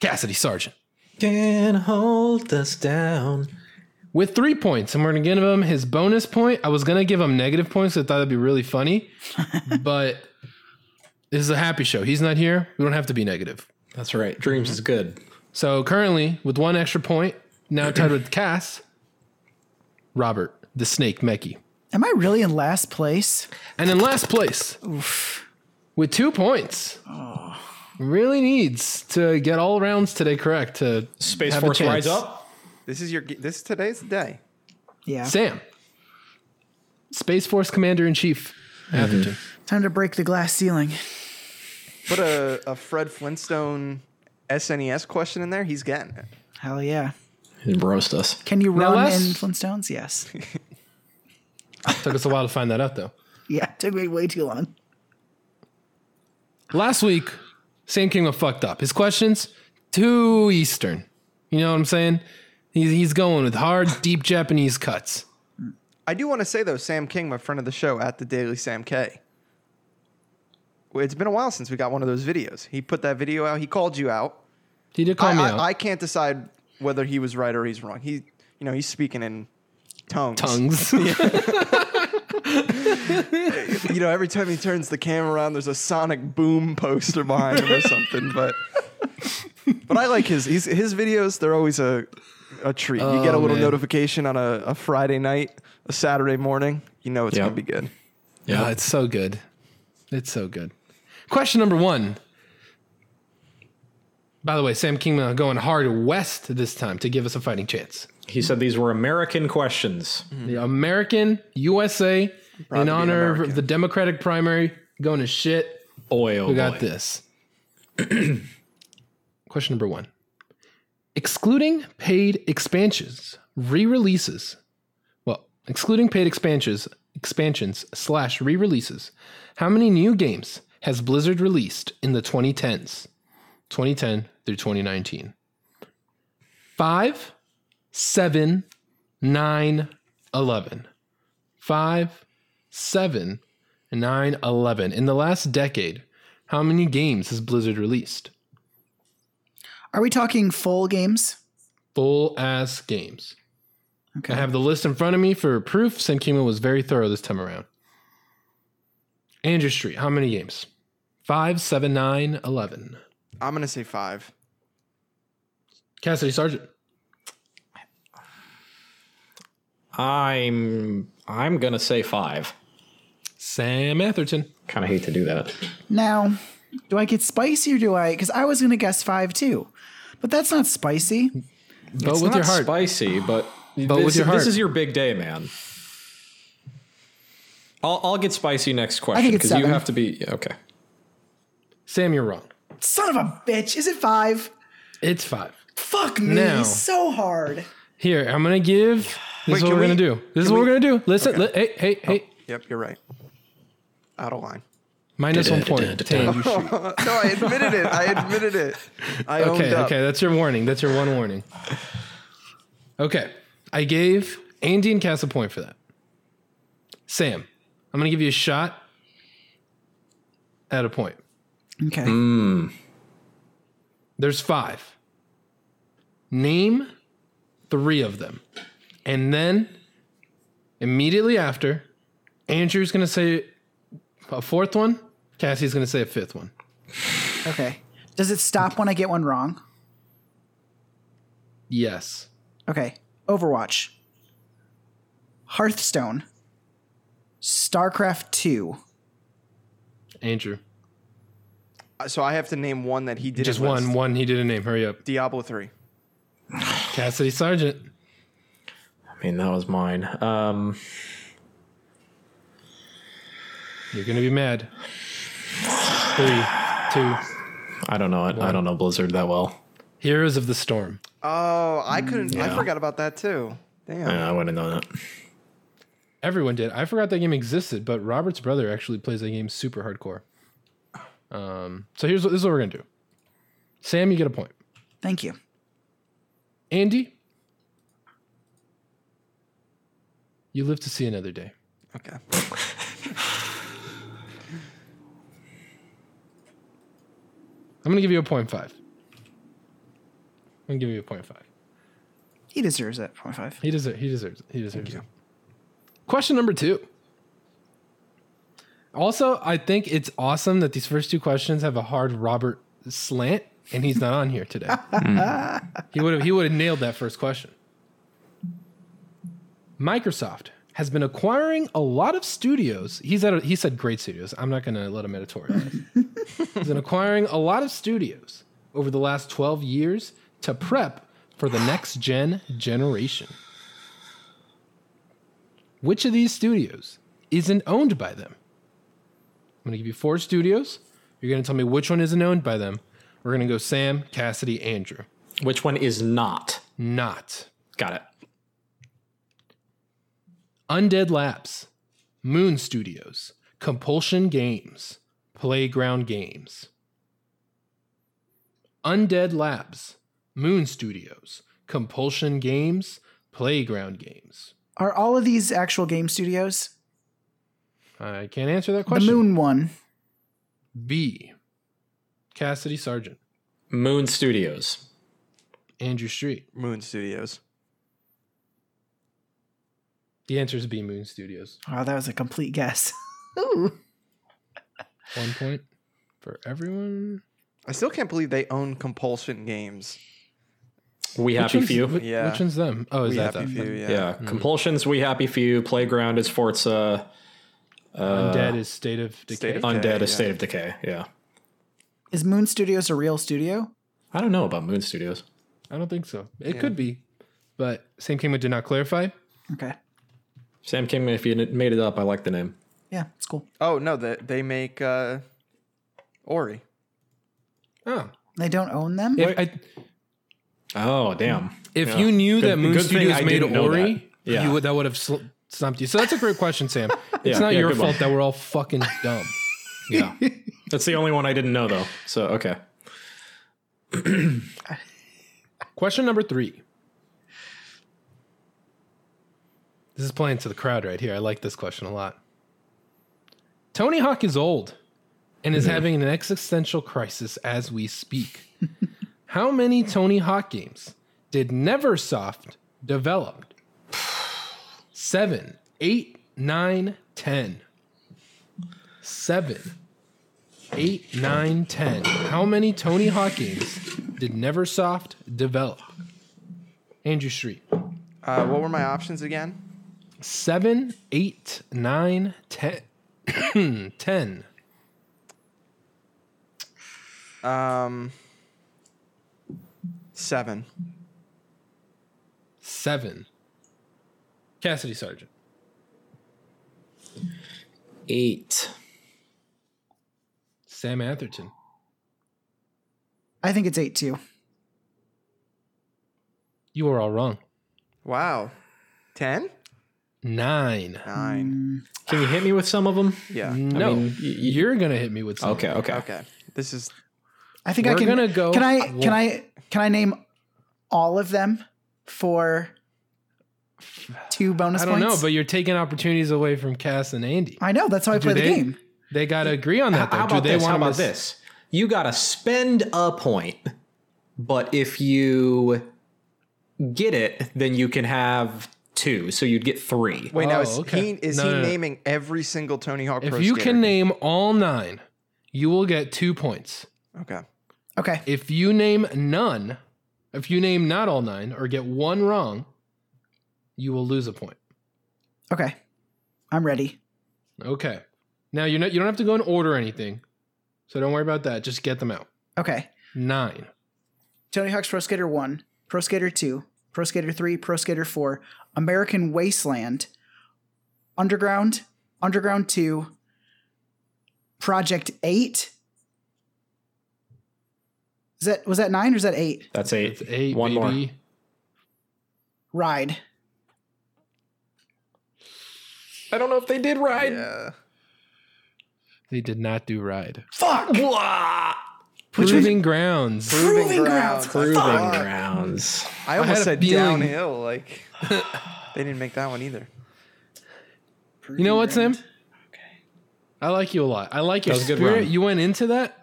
Speaker 3: Cassidy Sargent
Speaker 2: Can hold us down.
Speaker 3: with three points. And we're going to give him his bonus point. I was going to give him negative points. 'cause I thought that'd be really funny. but this is a happy show. He's not here. We don't have to be negative.
Speaker 2: That's right. Dreams is good.
Speaker 3: So currently, with one extra point, now tied with Cass, Robert, the snake, Meki.
Speaker 4: Am I really in last place?
Speaker 3: And in last place, with two points, really needs to get all rounds today correct to
Speaker 2: Space
Speaker 3: have a
Speaker 2: Force Rise
Speaker 3: chance.
Speaker 2: Up.
Speaker 1: This is your. g- This today's the day.
Speaker 4: Yeah.
Speaker 3: Sam, Space Force Commander in Chief, Atherton.
Speaker 4: Time to break the glass ceiling.
Speaker 1: E Put a, a Fred Flintstone SNES question in there. He's getting it.
Speaker 4: Hell yeah.
Speaker 2: and roast us.
Speaker 4: Can you
Speaker 3: Now
Speaker 4: run
Speaker 3: last-
Speaker 4: in Flintstones? Yes.
Speaker 3: Took us a while to find that out, though.
Speaker 4: Yeah, took me way too long.
Speaker 3: Last week, Sam Kingma fucked up. His questions too Eastern. You know what I'm saying? He's, he's going with hard, deep Japanese cuts.
Speaker 1: I do want to say though, Sam King, my friend of the show at the Daily Sam K. Well, It's been a while since we got one of those videos. He put that video out. He called you out.
Speaker 3: He did call
Speaker 1: I,
Speaker 3: me
Speaker 1: I-
Speaker 3: out.
Speaker 1: I can't decide whether he was right or he's wrong. He, you know, he's speaking in tongues.
Speaker 3: Tongues.
Speaker 1: You know, every time he turns the camera around, there's a Sonic Boom poster behind him or something. But, but I like his he's, his videos. They're always a a treat. you get a
Speaker 3: Oh,
Speaker 1: little
Speaker 3: man.
Speaker 1: notification on a, a Friday night, a Saturday morning. You know it's
Speaker 2: Yeah.
Speaker 1: gonna be good.
Speaker 3: Oh, it's so good. It's so good. Question number one. By the way, Sam Kingma going hard west this time to give us a fighting chance.
Speaker 2: He said these were American questions.
Speaker 1: Hmm.
Speaker 3: The American USA
Speaker 1: Proud to
Speaker 3: in
Speaker 1: be an
Speaker 3: honor
Speaker 1: American.
Speaker 3: of the Democratic primary going to shit.
Speaker 2: Oil.
Speaker 3: We got this. Question number one. Excluding paid expansions, re-releases. Well, excluding paid expansions, expansions slash re-releases. How many new games has Blizzard released in the 2010s? 2010 through 2019. Five, seven, nine, eleven. Five, seven, nine, eleven. In the last decade, how many games has Blizzard released?
Speaker 4: Are we talking full games?
Speaker 3: Full ass games.
Speaker 4: Okay.
Speaker 3: I have the list in front of me for proof. Senkima was very thorough this time around. Andrew Street, how many games? Five, seven, nine, eleven.
Speaker 1: I'm gonna say five.
Speaker 3: Cassidy Sargent.
Speaker 2: I'm I'm gonna say five.
Speaker 3: Sam Atherton.
Speaker 2: Kind of hate to do that.
Speaker 4: Now, do I get spicy or do I? Because I was gonna guess five too, but that's not spicy.
Speaker 3: Vote
Speaker 2: it's
Speaker 3: with
Speaker 2: not
Speaker 3: your heart.
Speaker 2: spicy, but,
Speaker 3: with
Speaker 2: this,
Speaker 3: your heart.
Speaker 2: this is your big day, man. I'll, I'll get spicy next question
Speaker 4: think it's
Speaker 2: because you
Speaker 4: seven.
Speaker 2: have to be yeah, okay.
Speaker 3: Sam, you're wrong.
Speaker 4: Son of a bitch! Is it five?
Speaker 3: It's five.
Speaker 4: Fuck me
Speaker 3: No.
Speaker 4: so hard.
Speaker 3: Here, I'm gonna give. This
Speaker 1: Wait,
Speaker 3: is what
Speaker 1: can
Speaker 3: we're gonna
Speaker 1: we-
Speaker 3: do. This is
Speaker 1: can
Speaker 3: what we're
Speaker 1: we-
Speaker 3: gonna do. Listen, li- hey, hey, hey.
Speaker 1: Yep, you're right. Out of line.
Speaker 3: Minus one point. to Andrew Street.
Speaker 1: no, I admitted it. I admitted it. I
Speaker 3: Okay,
Speaker 1: owned up.
Speaker 3: okay, that's your warning. That's your one warning. Okay, I gave Andy and Cass a point for that. Sam, I'm gonna give you a shot at a point.
Speaker 4: Okay.
Speaker 3: Mm. There's five. Name three of them, and then immediately after, Andrew's gonna say a fourth one. Cassie's gonna say a fifth one.
Speaker 4: Okay. Does it stop when I get one wrong?
Speaker 3: Yes.
Speaker 4: Okay. Overwatch. Hearthstone. StarCraft 2.
Speaker 3: Andrew,
Speaker 1: So I have to name one that he did.
Speaker 3: just one. One. He didn't name. Hurry up.
Speaker 1: Diablo three.
Speaker 3: Cassidy Sargent.
Speaker 2: I mean that was mine. Um,
Speaker 3: You're gonna be mad. Three, two,
Speaker 2: I don't know it. I don't know Blizzard that well.
Speaker 3: Heroes of the Storm.
Speaker 1: Oh, I couldn't. I
Speaker 2: Yeah.
Speaker 1: forgot about that too. Damn.
Speaker 2: Yeah, Uh, I wouldn't know that.
Speaker 3: Everyone did. I forgot that game existed, but Robert's brother actually plays that game super hardcore. Um, so here's what this is what we're gonna do. Sam, you get a point.
Speaker 4: Thank you.
Speaker 3: Andy, you live to see another day.
Speaker 1: Okay.
Speaker 3: I'm gonna give you a point five. I'm gonna give you a point five.
Speaker 4: He deserves that. 0.5.
Speaker 3: He deserves. He deserves. He deserves.
Speaker 1: you.
Speaker 3: it. Question number two. Also, I think it's awesome that these first two questions have a hard Robert slant, and he's not on here today. he would have. He would have nailed that first question. Microsoft has been acquiring a lot of studios. He's at. A, he said great studios. I'm not going to let him editorialize. he's been acquiring a lot of studios over the last 12 years to prep for the next gen generation. Which of these studios isn't owned by them? I'm going to give you four studios. You're going to tell me which one isn't owned by them. We're going to go Sam, Cassidy, Andrew.
Speaker 2: Which one is not?
Speaker 3: Not.
Speaker 2: Got it.
Speaker 3: Undead Labs, Moon Studios, Compulsion Games, Playground Games. Undead Labs, Moon Studios, Compulsion Games, Playground Games.
Speaker 4: Are all of these actual game studios?
Speaker 3: I can't answer that question.
Speaker 4: The Moon one.
Speaker 3: B. Cassidy Sargent,
Speaker 2: Moon Studios.
Speaker 3: Andrew Street.
Speaker 1: Moon Studios.
Speaker 3: The answer is B. Moon Studios.
Speaker 4: Wow, Oh, that was a complete guess.
Speaker 3: One point for everyone.
Speaker 1: I still can't believe they own Compulsion Games.
Speaker 2: We
Speaker 3: Which
Speaker 2: happy
Speaker 3: one's-
Speaker 2: few.
Speaker 3: whi-
Speaker 1: Yeah.
Speaker 3: Which one's them? Oh, is
Speaker 1: we
Speaker 3: that
Speaker 1: happy
Speaker 3: them?
Speaker 1: few, yeah.
Speaker 2: yeah. Mm-hmm. Compulsions. We happy few. Playground is Forza. Uh,
Speaker 3: Undead is State of Decay.
Speaker 1: State of-
Speaker 2: Undead
Speaker 1: Okay,
Speaker 2: is
Speaker 1: yeah.
Speaker 2: State of Decay. Yeah.
Speaker 4: Is Moon Studios a real studio?
Speaker 2: I don't know about Moon Studios.
Speaker 3: I don't think so. It could be, but Sam Kingman did not clarify.
Speaker 4: Okay.
Speaker 2: Sam Kingman, if you n- made it up, I like the name.
Speaker 4: Yeah, it's cool.
Speaker 1: Oh no, that they make uh, Ori.
Speaker 3: Oh,
Speaker 4: They don't own them?
Speaker 3: if, I,
Speaker 2: Oh, damn.
Speaker 3: if
Speaker 2: Yeah.
Speaker 3: you knew
Speaker 2: Good-
Speaker 3: that Moon
Speaker 2: good thing
Speaker 3: Studios
Speaker 2: I
Speaker 3: made
Speaker 2: didn't know
Speaker 3: Ori,
Speaker 2: that. Yeah.
Speaker 3: you would, that would have sl- stumped you. So that's a great question, Sam. It's
Speaker 2: Yeah,
Speaker 3: not
Speaker 2: yeah,
Speaker 3: your
Speaker 2: good one.
Speaker 3: fault that we're all fucking dumb.
Speaker 2: Yeah. That's the only one I didn't know, though. So, okay.
Speaker 3: question number three. This is playing to the crowd right here. I like this question a lot. Tony Hawk is old and is having an existential crisis as we speak. How many Tony Hawk games did Neversoft develop? Seven, eight, nine, ten. Seven, eight, nine, ten. How many Tony Hawk games did Neversoft develop? Andrew Street.
Speaker 1: Uh, what were my options again?
Speaker 3: Seven, eight, nine, ten. ten.
Speaker 1: Um, seven.
Speaker 3: Seven. Cassidy Sargent.
Speaker 2: Eight.
Speaker 3: Sam Atherton.
Speaker 4: I think it's 8 2.
Speaker 3: You were all wrong.
Speaker 1: Wow, ten,
Speaker 3: Nine.
Speaker 1: nine.
Speaker 2: Can you hit me with some of them?
Speaker 1: Yeah.
Speaker 3: No,
Speaker 2: mean, y- y-
Speaker 3: you're gonna hit me with something.
Speaker 2: Okay, okay.
Speaker 1: Okay. This is
Speaker 4: I think I
Speaker 3: We're
Speaker 4: can.
Speaker 3: gonna go-
Speaker 4: Can I?
Speaker 3: Well-
Speaker 4: Can I? Can I name all of them for two bonus
Speaker 3: I don't know,
Speaker 4: points?
Speaker 3: but you're taking opportunities away from Cass and Andy.
Speaker 4: I know that's how I play the
Speaker 3: they?
Speaker 4: game.
Speaker 3: They gotta agree on that. Though.
Speaker 2: How
Speaker 3: Do
Speaker 2: about
Speaker 3: they
Speaker 2: this? How
Speaker 3: want
Speaker 2: about this? You got to spend a point, but if you get it, then you can have two. So you'd get three.
Speaker 1: wait. now
Speaker 3: Oh,
Speaker 1: is
Speaker 3: okay.
Speaker 1: he is
Speaker 3: No,
Speaker 1: he
Speaker 3: no, no.
Speaker 1: naming every single Tony Hawk?
Speaker 3: If
Speaker 1: Pro
Speaker 3: you
Speaker 1: Skater
Speaker 3: can
Speaker 1: game?
Speaker 3: name all nine, you will get two points.
Speaker 1: okay.
Speaker 4: Okay.
Speaker 3: If you name none, if you name not all nine or get one wrong, you will lose a point.
Speaker 4: Okay. I'm ready.
Speaker 3: Okay. Now you're not you don't have to go in order or anything. So don't worry about that. Just get them out.
Speaker 4: Okay.
Speaker 3: Nine.
Speaker 4: Tony Hawk's Pro Skater One, Pro Skater Two, Pro Skater Three, Pro Skater Four, American Wasteland, Underground, Underground Two, Project Eight. Is that was that nine or is that eight?
Speaker 2: That's eight.
Speaker 3: It's eight,
Speaker 2: One
Speaker 3: baby.
Speaker 2: more.
Speaker 4: Ride.
Speaker 2: I don't know if they did ride.
Speaker 1: Yeah.
Speaker 3: They did not do ride.
Speaker 4: Fuck.
Speaker 2: Blah!
Speaker 3: Proving grounds.
Speaker 1: Proving,
Speaker 4: Proving
Speaker 1: grounds.
Speaker 4: grounds.
Speaker 2: Proving
Speaker 1: Fuck.
Speaker 2: grounds.
Speaker 1: I
Speaker 3: had
Speaker 1: almost
Speaker 3: a
Speaker 1: said
Speaker 3: feeling-
Speaker 1: downhill. Like they didn't make that one either.
Speaker 3: You know what, Sam? I like you a lot. I like your
Speaker 2: That was a good
Speaker 3: spirit.
Speaker 2: run.
Speaker 3: You went into that.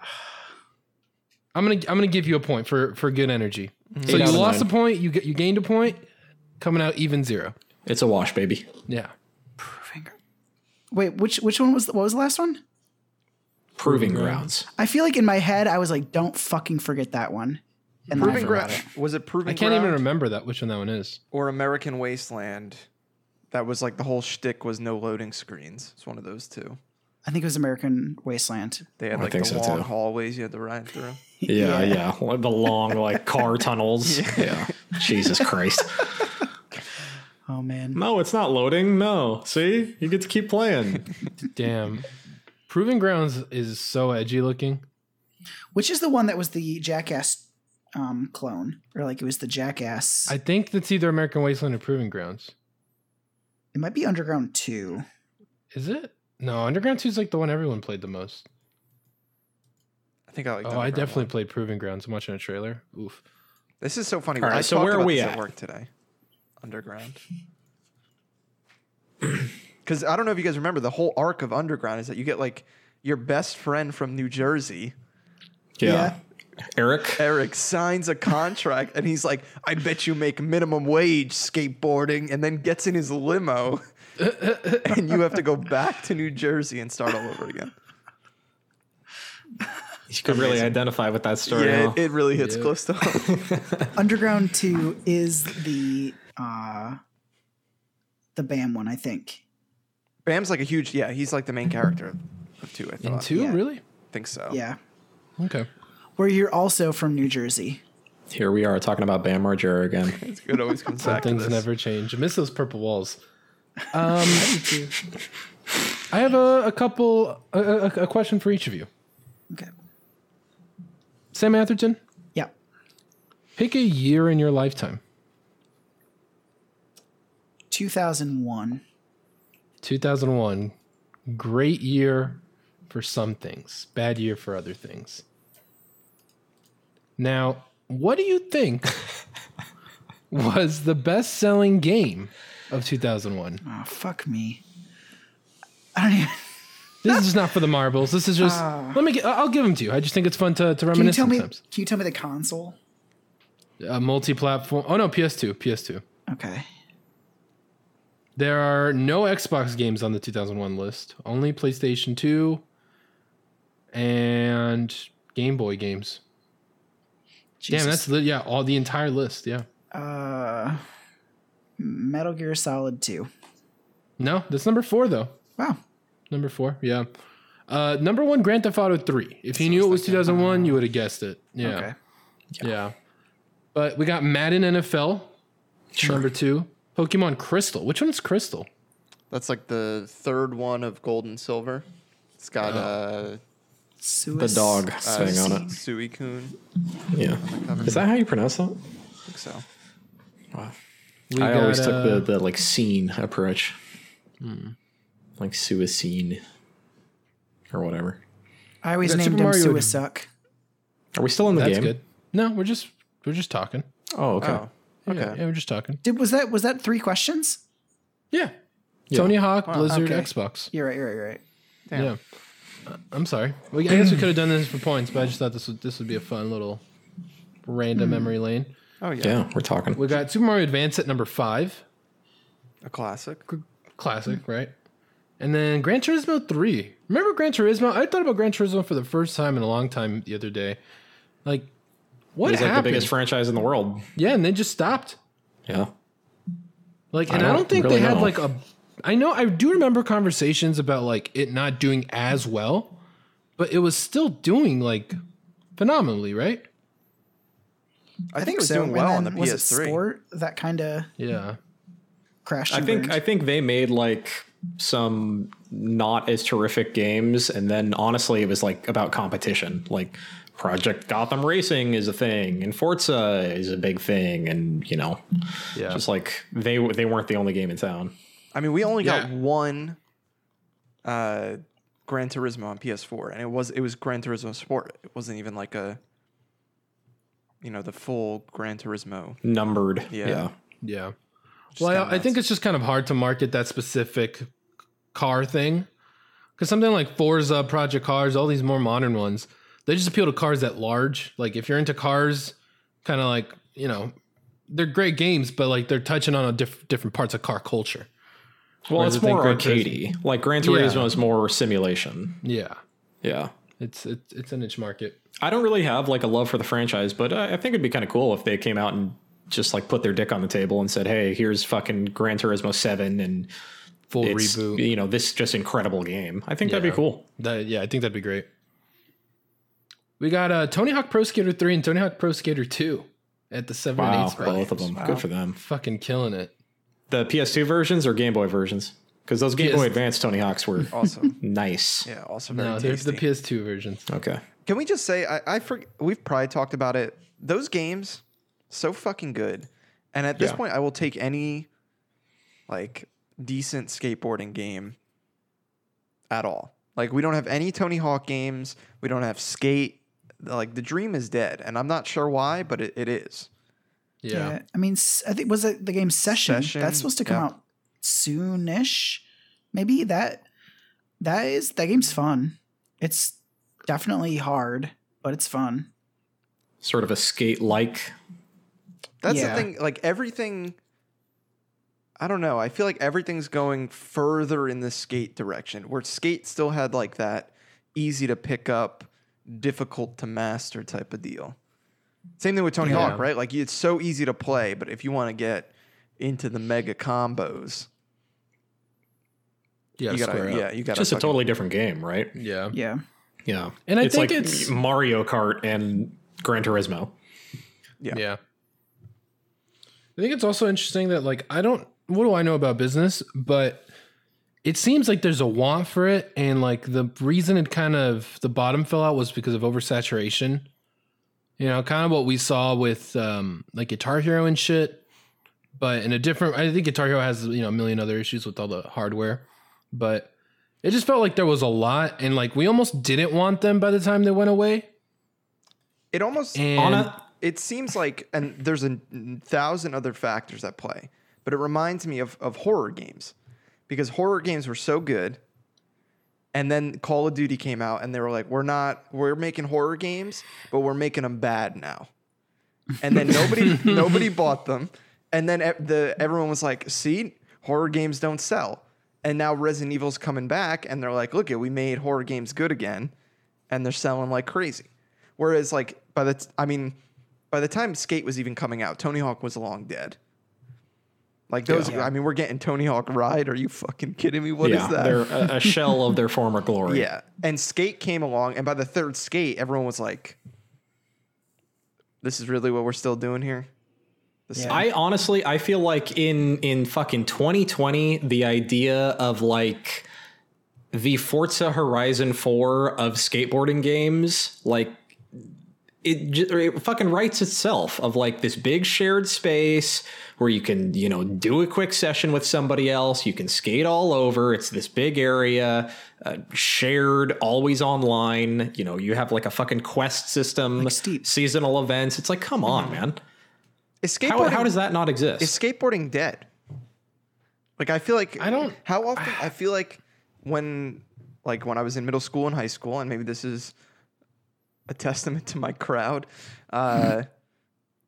Speaker 3: I'm gonna I'm gonna give you a point for for good energy. So
Speaker 2: Mm-hmm. Eight
Speaker 3: you
Speaker 2: out of
Speaker 3: lost
Speaker 2: nine.
Speaker 3: a point. You get you gained a point. Coming out even zero.
Speaker 2: It's a wash, baby.
Speaker 3: Yeah.
Speaker 4: Wait, which which one was the, what was the last one?
Speaker 2: Proving grounds.
Speaker 4: I feel like in my head I was like, don't fucking forget that one. And then I
Speaker 1: Proving
Speaker 4: forgot
Speaker 1: ground.
Speaker 4: it.
Speaker 1: Was it proving?
Speaker 3: I can't even
Speaker 1: Ground
Speaker 3: remember that which one that one is.
Speaker 1: Or American Wasteland. That was like the whole shtick was no loading screens. It's one of those two.
Speaker 4: I think it was American Wasteland.
Speaker 1: They had
Speaker 2: I
Speaker 1: like the
Speaker 2: think so,
Speaker 1: long
Speaker 2: too.
Speaker 1: hallways you had to ride through.
Speaker 2: Yeah, yeah. Like The long, like, car tunnels. Yeah. Jesus Christ.
Speaker 4: Oh man.
Speaker 2: No, it's not loading. No. See? You get to keep playing.
Speaker 3: Damn. Proving grounds is so edgy looking.
Speaker 4: Which is the one that was the Jackass um, clone, or like it was the Jackass.
Speaker 3: I think that's either American Wasteland or Proving Grounds.
Speaker 4: it might be Underground Two.
Speaker 3: Is it? No, Underground 2 is like the one everyone played the most.
Speaker 1: I think I like.
Speaker 3: oh, I
Speaker 1: Democrat
Speaker 3: definitely
Speaker 1: one.
Speaker 3: played Proving Grounds. I'm watching a trailer. Oof.
Speaker 1: This is so funny.
Speaker 2: All
Speaker 1: I
Speaker 2: right, so
Speaker 1: talked
Speaker 2: where are
Speaker 1: about
Speaker 2: we
Speaker 1: this
Speaker 2: at?
Speaker 1: work today? Underground. Because I don't know if you guys remember, the whole arc of Underground is that you get like your best friend from New Jersey,
Speaker 2: Yeah. Eric.
Speaker 1: Eric, signs a contract, and he's like, "I bet you make minimum wage skateboarding," and then gets in his limo, and you have to go back to New Jersey and start all over again.
Speaker 2: You could really identify with that story.
Speaker 1: Yeah,
Speaker 2: huh?
Speaker 1: it, it really hits
Speaker 3: Yeah.
Speaker 1: close to home.
Speaker 4: Underground Two is the uh, the Bam one, I think.
Speaker 1: Bam's like a huge, yeah, he's like the main character of, of two. I thought.
Speaker 2: Uh,
Speaker 3: In 2?
Speaker 4: yeah.
Speaker 3: Really?
Speaker 1: think so.
Speaker 4: Yeah,
Speaker 3: Okay.
Speaker 4: where you're also from New Jersey.
Speaker 2: Here we are talking about Bam Margera again.
Speaker 1: it's good. Always comes
Speaker 3: Some
Speaker 1: back. to
Speaker 3: things
Speaker 1: this.
Speaker 3: never change. I miss those purple walls. Um, I have a, a couple, a, a, a question for each of you.
Speaker 4: Okay.
Speaker 3: Sam Atherton,
Speaker 4: Yeah.
Speaker 3: pick a year in your lifetime
Speaker 4: 2001.
Speaker 3: 2001. Great year for some things, bad year for other things. Now, what do you think was the best selling game of 2001?
Speaker 4: Oh, fuck me. I don't even.
Speaker 3: This is just not for the marbles. This is just, let me, gi- I'll give them to you. I just think it's fun to, to
Speaker 4: Uh. Can you
Speaker 3: reminisce
Speaker 4: tell me? Can
Speaker 3: sometimes.
Speaker 4: you tell me the console?
Speaker 3: uh, multi-platform. Oh no, PS2, PS2.
Speaker 4: Okay.
Speaker 3: There are no Xbox games on the 2001 list. Only PlayStation 2 and Game Boy games. Damn,
Speaker 4: Jesus.
Speaker 3: that's the, yeah, all the entire list. Yeah.
Speaker 4: uh, Metal Gear Solid 2.
Speaker 3: No, that's number four though.
Speaker 4: Wow.
Speaker 3: Number four. Yeah. Uh, number one, Grand Theft Auto 3. If you knew it was 2001, you would have guessed it. Yeah.
Speaker 4: Okay.
Speaker 3: Yeah. But we got Madden NFL. Number two, Pokemon Crystal. Which one's Crystal?
Speaker 1: That's like the third one of Gold and Silver. It's got uh,
Speaker 2: The
Speaker 4: Suis-
Speaker 2: dog
Speaker 1: uh,
Speaker 2: thing on it.
Speaker 1: Sui Kun.
Speaker 2: Yeah. Is that how you pronounce that?
Speaker 1: I think so.
Speaker 3: We
Speaker 2: I always took
Speaker 3: uh,
Speaker 2: the, the like scene approach. Hmm. Like suicide or whatever.
Speaker 4: I always
Speaker 3: That's
Speaker 4: named
Speaker 3: Super
Speaker 4: him
Speaker 3: Mario-
Speaker 4: Suisuck.
Speaker 2: Are we still in the
Speaker 3: That's
Speaker 2: game?
Speaker 3: good. No, we're just we're just talking.
Speaker 2: Oh, okay.
Speaker 1: Oh, okay.
Speaker 3: Yeah, yeah, we're just talking.
Speaker 4: Did was that was that three questions?
Speaker 3: Yeah. Tony Hawk, Blizzard,
Speaker 4: okay.
Speaker 3: Xbox.
Speaker 4: You're right. You're right. You're right.
Speaker 1: Damn.
Speaker 3: Yeah. Uh, I'm sorry. Well, I guess we could have done this for points, but I just thought this would this would be a fun little random memory lane.
Speaker 1: Oh yeah.
Speaker 2: Yeah, we're talking.
Speaker 3: We got Super Mario Advance at number five,
Speaker 1: a classic.
Speaker 3: classic, right? And then Gran Turismo three. Remember Gran Turismo? I thought about Gran Turismo for the first time in a long time the other day. Like, what
Speaker 2: He's like the
Speaker 3: happened?
Speaker 2: biggest franchise in the world.
Speaker 3: yeah, and they just stopped.
Speaker 2: Yeah.
Speaker 3: Like, and I
Speaker 2: I
Speaker 3: don't,
Speaker 2: don't
Speaker 3: think
Speaker 2: really
Speaker 3: they had
Speaker 2: know.
Speaker 3: like a. I know I do remember conversations about like it not doing as well, but it was still doing like phenomenally, right?
Speaker 1: I, think, it was
Speaker 4: so.
Speaker 1: doing
Speaker 4: And
Speaker 1: well on the
Speaker 4: then was
Speaker 1: PS3.
Speaker 4: It sport that kind of
Speaker 3: Yeah,
Speaker 4: crashed.
Speaker 2: I
Speaker 4: and
Speaker 2: think
Speaker 4: burned.
Speaker 2: I think they made like some not as terrific games, and then honestly, it was like about competition. Like Project Gotham Racing is a thing, and Forza is a big thing, and you know,
Speaker 3: yeah.
Speaker 2: just like they they weren't the only game in town.
Speaker 1: I mean, we only got
Speaker 3: Yeah.
Speaker 1: one uh, Gran Turismo on PS4, and it was it was Gran Turismo Sport. It wasn't even like a you know the full Gran Turismo.
Speaker 2: Numbered,
Speaker 1: Yeah.
Speaker 2: yeah.
Speaker 3: yeah. Well,
Speaker 1: kinda
Speaker 3: I, I think it's just kind of hard to market that specific car thing because something like Forza, Project Cars, all these more modern ones, they just appeal to cars at large. Like, if you're into cars, kind of like you know, they're great games, but like they're touching on a diff- different parts of car culture.
Speaker 2: Well,
Speaker 3: Whereas
Speaker 2: it's
Speaker 3: I think
Speaker 2: more
Speaker 3: Gran Turismo-
Speaker 2: arcadey. Like Gran Turismo is more simulation.
Speaker 3: Yeah.
Speaker 2: Yeah.
Speaker 3: It's it's it's a niche market.
Speaker 2: I don't really have like a love for the franchise, but uh, I, I think it'd be kind of cool if they came out and just like put their dick on the table and said, "Hey, here's fucking Gran Turismo Seven, and
Speaker 3: Full
Speaker 2: it's
Speaker 3: reboot.
Speaker 2: you know this just incredible game." I think that'd
Speaker 3: Yeah.
Speaker 2: be cool.
Speaker 3: That- yeah, I think that'd be great. We got uh, Tony Hawk Pro Skater 3 and Tony Hawk Pro Skater 2 at the 7 and 8 spot.
Speaker 2: both of them, good for them.
Speaker 3: Fucking killing it.
Speaker 2: The PS2 versions or Game Boy versions, because those Game
Speaker 3: PS
Speaker 2: Boy Advance Tony Hawks were
Speaker 1: Awesome.
Speaker 2: nice.
Speaker 1: Mm. yeah. Also very
Speaker 3: No, there's
Speaker 1: tasty.
Speaker 3: the PS2 versions.
Speaker 2: Okay,
Speaker 1: Can we just say I, I forg we've probably talked about it. Those games, so fucking good. And at this
Speaker 2: Yeah.
Speaker 1: point, I will take any like decent skateboarding game at all. Like we don't have any Tony Hawk games. We don't have skate. Like the dream is dead, and I'm not sure why, but it, it is.
Speaker 3: Yeah.
Speaker 4: I mean, s- I think was it the game Session?
Speaker 1: Session,
Speaker 4: That's supposed to come
Speaker 1: yeah.
Speaker 4: out soonish. Maybe that that is that game's fun. It's definitely hard, but it's fun.
Speaker 2: Sort of a skate like.
Speaker 1: That's the
Speaker 4: Yeah.
Speaker 1: thing. Like everything. I don't know. I feel like everything's going further in the skate direction, where skate still had like that easy to pick up, difficult to master type of deal. Same thing with Tony Hawk,
Speaker 3: Yeah.
Speaker 1: right? Like it's so easy to play, but if you want to get into the mega combos,
Speaker 3: Yeah.
Speaker 1: you gotta,
Speaker 3: square up.
Speaker 1: yeah, you gotta
Speaker 2: Just a
Speaker 1: fucking-
Speaker 2: totally different game, right?
Speaker 3: Yeah.
Speaker 4: Yeah.
Speaker 2: Yeah.
Speaker 3: And I
Speaker 2: it's
Speaker 3: think
Speaker 2: like
Speaker 3: it's-
Speaker 2: Mario Kart and Gran Turismo.
Speaker 1: Yeah.
Speaker 3: Yeah. I think it's also interesting that like I don't what do I know about business, but it seems like there's a want for it and like the reason it kind of the bottom fell out was because of oversaturation. You know, kind of what we saw with um like Guitar Hero and shit, but in a different I think Guitar Hero has, you know, a million other issues with all the hardware, but it just felt like there was a lot and like we almost didn't want them by the time they went away.
Speaker 1: It almost
Speaker 3: And
Speaker 2: On a,
Speaker 1: it seems like, and there's a n- thousand other factors at play, but it reminds me of, of horror games because horror games were so good. And then Call of Duty came out and they were like, we're not, we're making horror games, but we're making them bad now. And then nobody, nobody bought them. And then e- the, everyone was like, see, horror games don't sell. And now Resident Evil's coming back and they're like, look, it, we made horror games good again. And they're selling like crazy. Whereas like by the, t- I mean, by the time Skate was even coming out, Tony Hawk was long dead. Like those, I mean, we're getting Tony Hawk Ride. Are you fucking kidding me? What is
Speaker 2: yeah,
Speaker 1: that?
Speaker 2: they're a, a shell of their former glory.
Speaker 1: Yeah. And skate came along, and by the third skate, everyone was like, this is really what we're still doing here. This
Speaker 4: Yeah.
Speaker 2: I honestly, I feel like in in fucking 2020, the idea of like the Forza Horizon 4 of skateboarding games, like it, ju- or it fucking writes itself of like this big shared space where you can you know do a quick session with somebody else you can skate all over it's this big area uh, shared always online you know you have like a fucking quest system
Speaker 4: Steep. Mm-hmm.
Speaker 2: seasonal events it's like come on man
Speaker 1: is skateboarding,
Speaker 2: how, how does that not exist?
Speaker 1: is skateboarding dead? Like I feel like
Speaker 3: I don't-
Speaker 1: how often I feel like when like when I was in middle school and high school, and maybe this is a testament to my crowd, uh,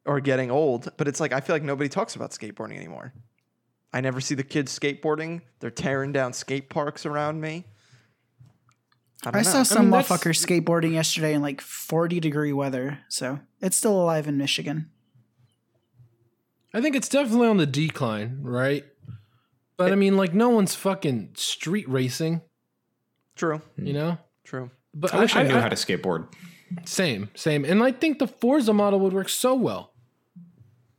Speaker 1: or getting old, but it's like I feel like nobody talks about skateboarding anymore. I never see the kids skateboarding. They're tearing down skate parks around me. I,
Speaker 4: I
Speaker 1: don't know.
Speaker 4: saw some
Speaker 3: that's-
Speaker 4: motherfucker skateboarding yesterday in like 40 degree weather, so it's still alive in Michigan.
Speaker 3: I think it's definitely on the decline, right? But I mean, like, no one's fucking street racing,
Speaker 1: true,
Speaker 3: you know.
Speaker 1: true.
Speaker 3: But
Speaker 2: Hmm. I wish I, knew how to skateboard.
Speaker 3: Same, same, and I think the Forza model would work so well.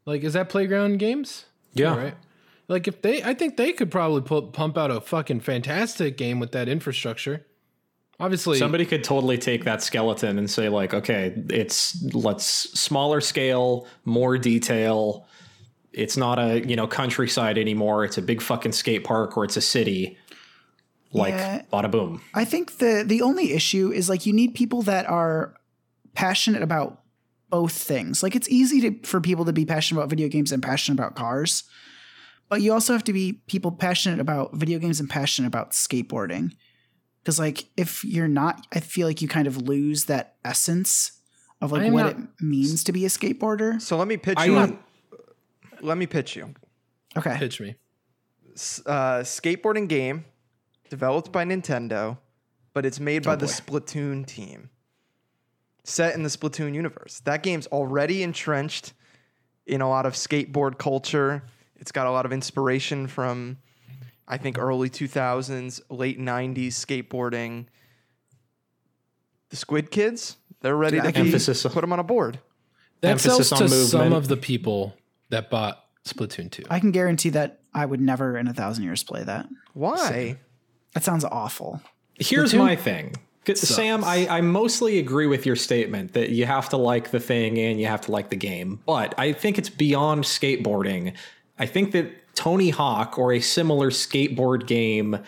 Speaker 3: Like, is that playground games?
Speaker 2: Yeah.
Speaker 3: right. Like, if they, I think they could probably pu- pump out a fucking fantastic game with that infrastructure. Obviously,
Speaker 2: Somebody could totally take that skeleton and say, like, okay, it's let's smaller scale, more detail. It's not a you know countryside anymore. It's a big fucking skate park or it's a city. Like
Speaker 4: Yeah.
Speaker 2: bada boom.
Speaker 4: I think the the only issue is like you need people that are passionate about both things. Like it's easy to, for people to be passionate about video games and passionate about cars, but you also have to be people passionate about video games and passionate about skateboarding. Because like if you're not, I feel like you kind of lose that essence of
Speaker 3: I
Speaker 4: like
Speaker 3: am
Speaker 4: what
Speaker 3: not-
Speaker 4: it means to be a skateboarder.
Speaker 1: So let me pitch
Speaker 2: I
Speaker 1: you.
Speaker 2: am-
Speaker 1: on- let me pitch you.
Speaker 4: Okay,
Speaker 3: pitch me.
Speaker 1: s- uh, skateboarding game developed by Nintendo, but it's made by the Splatoon team. Set in the Splatoon universe. That game's already entrenched in a lot of skateboard culture. It's got a lot of inspiration from, I think, early 2000s, late 90s skateboarding. The Squid Kids, they're ready
Speaker 4: Yeah,
Speaker 1: to be,
Speaker 2: emphasis on-
Speaker 1: put them on a board.
Speaker 3: That
Speaker 2: Emphasis
Speaker 3: sells
Speaker 2: on
Speaker 3: to some
Speaker 2: movement.
Speaker 3: of the people that bought Splatoon two.
Speaker 4: I can guarantee that I would never in a thousand years play that.
Speaker 1: Why?
Speaker 4: That sounds awful.
Speaker 2: Here's
Speaker 3: Splatoon-
Speaker 2: my thing. Good- Sam, I, I mostly agree with your statement that you have to like the thing and you have to like the game, but I think it's beyond skateboarding. I think that Tony Hawk or a similar skateboard game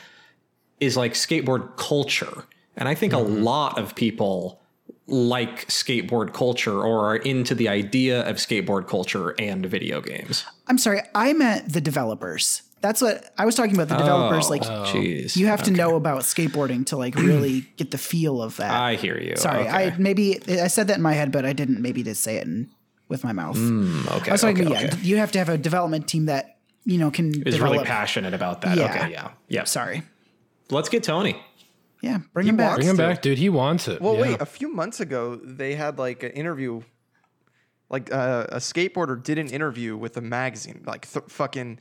Speaker 2: is like skateboard culture. And I think a lot of people like skateboard culture or are into the idea of skateboard culture and video games.
Speaker 4: I'm sorry, I meant the developers. That's what I was talking about. The developers, like
Speaker 2: Jeez.
Speaker 4: you have to know about skateboarding to like really get the feel of that.
Speaker 2: I hear you.
Speaker 4: sorry,
Speaker 2: Okay.
Speaker 4: I maybe I said that in my head, but I didn't maybe to say it in, with my mouth.
Speaker 2: okay.
Speaker 4: I was talking
Speaker 2: okay,
Speaker 4: about, yeah,
Speaker 2: okay.
Speaker 4: you have to have a development team that you know can
Speaker 2: Is
Speaker 4: develop.
Speaker 2: really passionate about that.
Speaker 4: Yeah.
Speaker 2: Okay, yeah. Yeah.
Speaker 4: Sorry,
Speaker 2: Let's get Tony.
Speaker 4: yeah, bring him back.
Speaker 3: Bring him back, dude. He wants it.
Speaker 1: Well,
Speaker 3: Yeah.
Speaker 1: wait. A few months ago, they had like an interview. Like uh, a skateboarder did an interview with a magazine, like th- fucking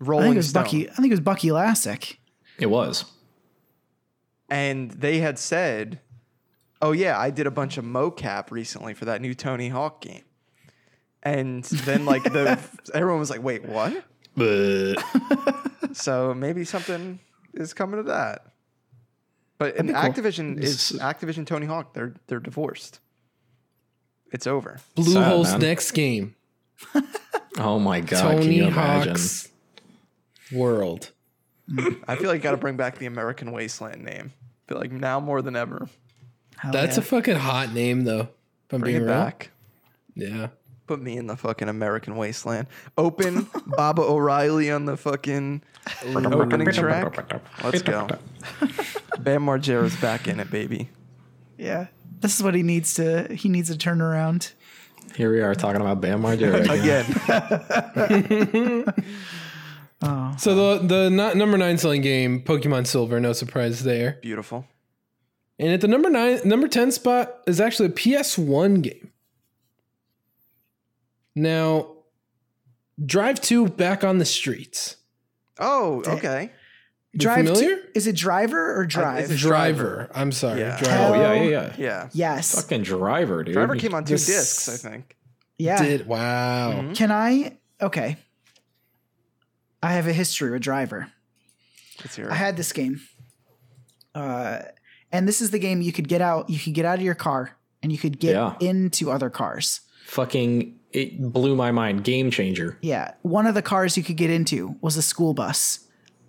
Speaker 4: I think it
Speaker 1: Rolling
Speaker 4: was
Speaker 1: Stone,
Speaker 4: Bucky. I think it was Bucky Lassick.
Speaker 2: It was.
Speaker 1: and they had said, "Oh yeah, I did a bunch of mocap recently for that new Tony Hawk game." And then like the everyone was like, "Wait, what?" So maybe something is coming to that. But and Activision is Activision Tony Hawk. They're they're divorced. It's over.
Speaker 3: Blue
Speaker 2: Sad,
Speaker 3: Hole's
Speaker 2: man.
Speaker 3: next game,
Speaker 2: oh my god, can
Speaker 3: Tony
Speaker 2: you imagine?
Speaker 3: Hawk's World.
Speaker 1: I feel like you got to bring back the American Wasteland name. I feel like now more than ever,
Speaker 4: Hell
Speaker 3: That's
Speaker 4: yeah.
Speaker 3: a fucking hot name, though. If I'm
Speaker 1: bring
Speaker 3: being
Speaker 1: it
Speaker 3: real.
Speaker 1: back.
Speaker 3: Yeah.
Speaker 1: Put me in the fucking American Wasteland. Open Baba O'Reilly on the fucking opening track. Let's go. Bam Margera's back in it, baby.
Speaker 4: yeah. This is what he needs to. He needs a turnaround.
Speaker 2: Here we are talking about Bam Margera. again.
Speaker 1: Again,
Speaker 3: So the the not number nine selling game, Pokemon Silver. No surprise there.
Speaker 1: beautiful.
Speaker 3: And at the number nine, number ten spot is actually a PS1 game. Now, Drive Two back on the streets.
Speaker 1: Oh, okay.
Speaker 3: You
Speaker 4: Drive
Speaker 3: familiar?
Speaker 4: Two, is it driver or drive?
Speaker 1: is it-
Speaker 3: Driver. I'm sorry.
Speaker 1: Yeah.
Speaker 3: Driver.
Speaker 2: Oh yeah, yeah, yeah.
Speaker 1: Yeah.
Speaker 4: yes.
Speaker 2: Fucking driver, dude.
Speaker 1: Driver came on two
Speaker 3: This-
Speaker 1: discs, I think. Mm-hmm.
Speaker 4: Yeah. Mm-hmm.
Speaker 3: Did
Speaker 1: Oh.
Speaker 3: wow.
Speaker 1: Hmm?
Speaker 4: Can I? Okay. I have a history with driver.
Speaker 1: Let's hear
Speaker 4: I
Speaker 1: it.
Speaker 4: had this game. Uh, and this is the game you could get out. You could get out of your car and you could get
Speaker 2: Yeah.
Speaker 4: into other cars.
Speaker 2: Fucking it blew my mind. Game changer.
Speaker 4: Yeah. One of the cars you could get into was a school bus.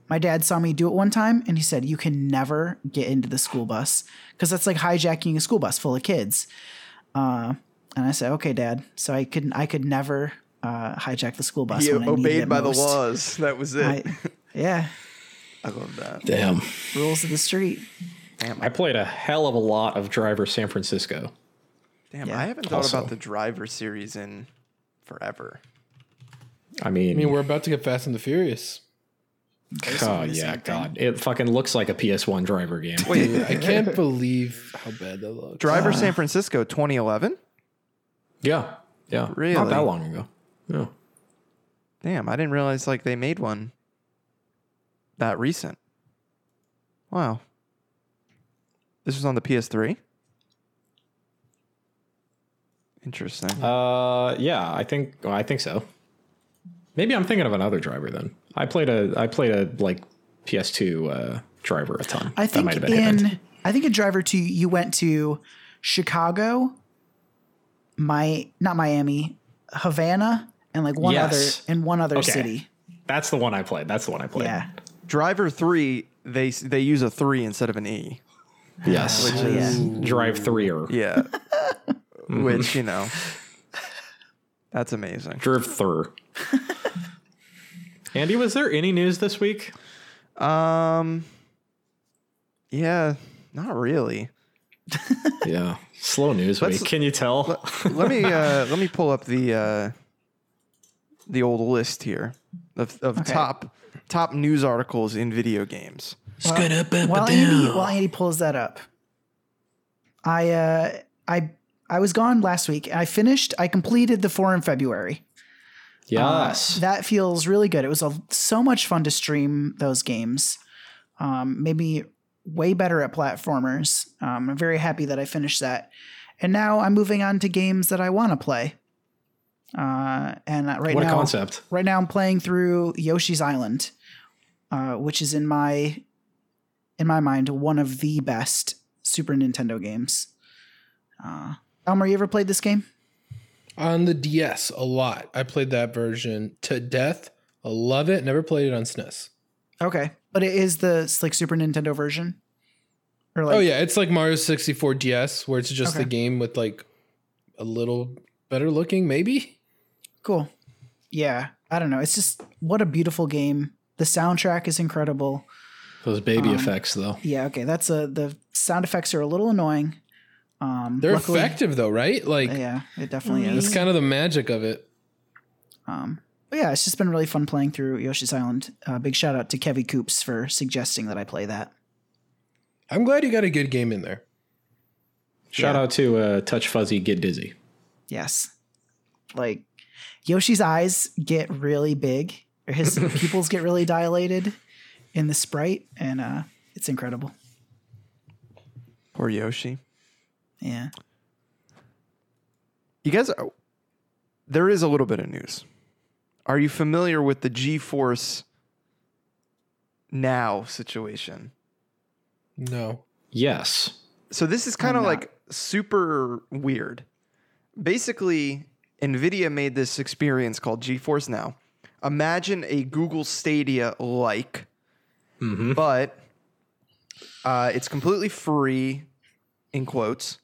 Speaker 4: My dad saw me do it one time and he said, You can never get into the school bus because that's like hijacking a school bus full of kids. Uh, and I said, Okay, dad. So I couldn't, I could never uh, hijack the school bus.
Speaker 1: He
Speaker 4: when I needed
Speaker 1: obeyed
Speaker 4: it
Speaker 1: by
Speaker 4: most.
Speaker 1: the laws. That was it.
Speaker 4: I-
Speaker 1: I,
Speaker 4: yeah.
Speaker 1: love that.
Speaker 2: Damn.
Speaker 4: Rules of the street.
Speaker 1: Damn,
Speaker 2: I
Speaker 1: I,
Speaker 2: played a hell of a lot of Driver San Francisco.
Speaker 1: damn,
Speaker 4: Yeah.
Speaker 1: I haven't thought
Speaker 2: Also-
Speaker 1: about the driver series in forever.
Speaker 2: I mean,
Speaker 3: I mean, we're about to get Fast and the Furious.
Speaker 2: oh yeah, God, it fucking looks like a PS1 driver game.
Speaker 1: Wait,
Speaker 3: I can't believe how bad that looks.
Speaker 1: Driver San Francisco 2011?
Speaker 2: Yeah, yeah,
Speaker 1: Really?
Speaker 2: not that long ago. Yeah.
Speaker 1: Damn, I didn't realize like they made one that recent. Wow. This was on the PS3? Interesting.
Speaker 2: Uh, yeah, I think well, I think so. Maybe I'm thinking of another driver then. I played a I played a like PS2 uh, driver a ton.
Speaker 4: I
Speaker 2: That
Speaker 4: think
Speaker 2: might have been it.
Speaker 4: in I think in Driver Two you went to Chicago, my not Miami, Havana, and like one
Speaker 2: Yes.
Speaker 4: other and one other
Speaker 2: Okay.
Speaker 4: city.
Speaker 2: That's the one I played. That's the one I played.
Speaker 4: Yeah,
Speaker 1: Driver 3, they s- they use a 3 instead of an E.
Speaker 2: Yes.
Speaker 1: Which
Speaker 4: yeah.
Speaker 1: is
Speaker 2: Drive three er. or
Speaker 1: yeah. Which, you know. That's amazing.
Speaker 2: drive through. Andy, was there any news this week?
Speaker 1: Um Yeah, not really.
Speaker 2: Yeah. Slow news
Speaker 1: Let's-
Speaker 2: week. Can you tell?
Speaker 1: let me uh, let me pull up the uh, the old list here of, of top top news articles in video games.
Speaker 4: while Andy while Andy pulls that up, I uh I I was gone last week. and I finished. I completed the four in February.
Speaker 1: Uh,
Speaker 3: Uh,
Speaker 2: yes.
Speaker 4: That feels really good. It was a, so much fun to stream those games. Um, made me way better at platformers. Um, I'm very happy that I finished that. And now I'm moving on to games that I want to play. Uh, and uh, right
Speaker 2: what
Speaker 4: now,
Speaker 2: a concept.
Speaker 4: right now I'm playing through Yoshi's Island, uh, which is in my in my mind one of the best Super Nintendo games. Uh, Elmer, you ever played this game?
Speaker 3: On the DS, a lot. I played that version to death. I love it. Never played it on E SNES.
Speaker 4: Okay, but it is the s- like Super Nintendo version. Or like,
Speaker 3: oh yeah, it's like Mario 64 DS, where it's just the
Speaker 4: Okay.
Speaker 3: game with like a little better looking, maybe.
Speaker 4: cool. Yeah, I don't know. It's just what a beautiful game. The soundtrack is incredible.
Speaker 2: Those baby
Speaker 4: Um,
Speaker 2: effects, though.
Speaker 4: Yeah, okay, that's a the sound effects are a little annoying. Um,
Speaker 3: They're
Speaker 4: luckily-
Speaker 3: effective though, right? Like
Speaker 4: Yeah, it definitely
Speaker 2: Hmm.
Speaker 4: is.
Speaker 3: that's kind of the magic of it.
Speaker 4: Um, but yeah, it's just been really fun playing through Yoshi's Island. Uh, big shout out to Kevy Coops for suggesting that I play that.
Speaker 3: I'm glad you got a good game in there.
Speaker 2: Shout out to uh, Touch Fuzzy Get Dizzy.
Speaker 4: Yes. Like Yoshi's eyes get really big, or his pupils get really dilated in the sprite, and uh, it's incredible.
Speaker 1: Poor Yoshi.
Speaker 4: Yeah.
Speaker 1: You guys, are- there is a little bit of news. Are you familiar with the GeForce Now situation?
Speaker 3: No.
Speaker 2: Yes.
Speaker 1: So this is kind of
Speaker 4: not.
Speaker 1: like super weird. Basically, Nvidia made this experience called GeForce Now. Imagine a Google Stadia like,
Speaker 2: Mm-hmm.
Speaker 1: but uh, it's completely free, in quotes,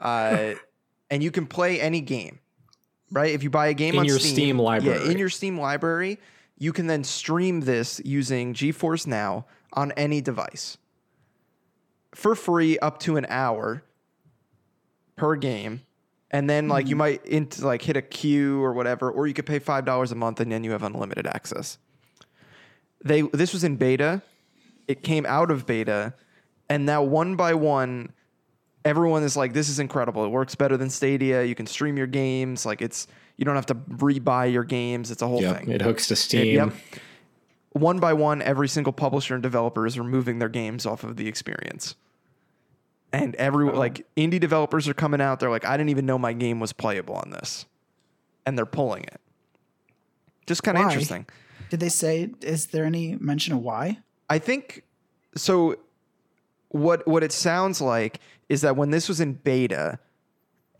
Speaker 1: uh, and you can play any game. Right? If you buy a game
Speaker 2: In
Speaker 1: on
Speaker 2: your Steam
Speaker 1: yeah,
Speaker 2: library.
Speaker 1: in your Steam library, you can then stream this using GeForce Now on any device for free, up to an hour per game. And then, like, you might into like hit a queue or whatever, or you could pay five dollars a month, and then you have unlimited access they this was in beta it came out of beta and now one by one everyone is like this is incredible it works better than stadia you can stream your games like it's you don't have to rebuy your games it's a whole
Speaker 2: Yep.
Speaker 1: thing
Speaker 2: It hooks to Steam.
Speaker 1: Yep. One by one, every single publisher and developer is removing their games off of the experience. And every like indie developers are coming out, they're like, I didn't even know my game was playable on this. And they're pulling it. Just kind of
Speaker 4: Why?
Speaker 1: interesting.
Speaker 4: Did they say, is there any mention of why?
Speaker 1: I think so. What what it sounds like is that when this was in beta,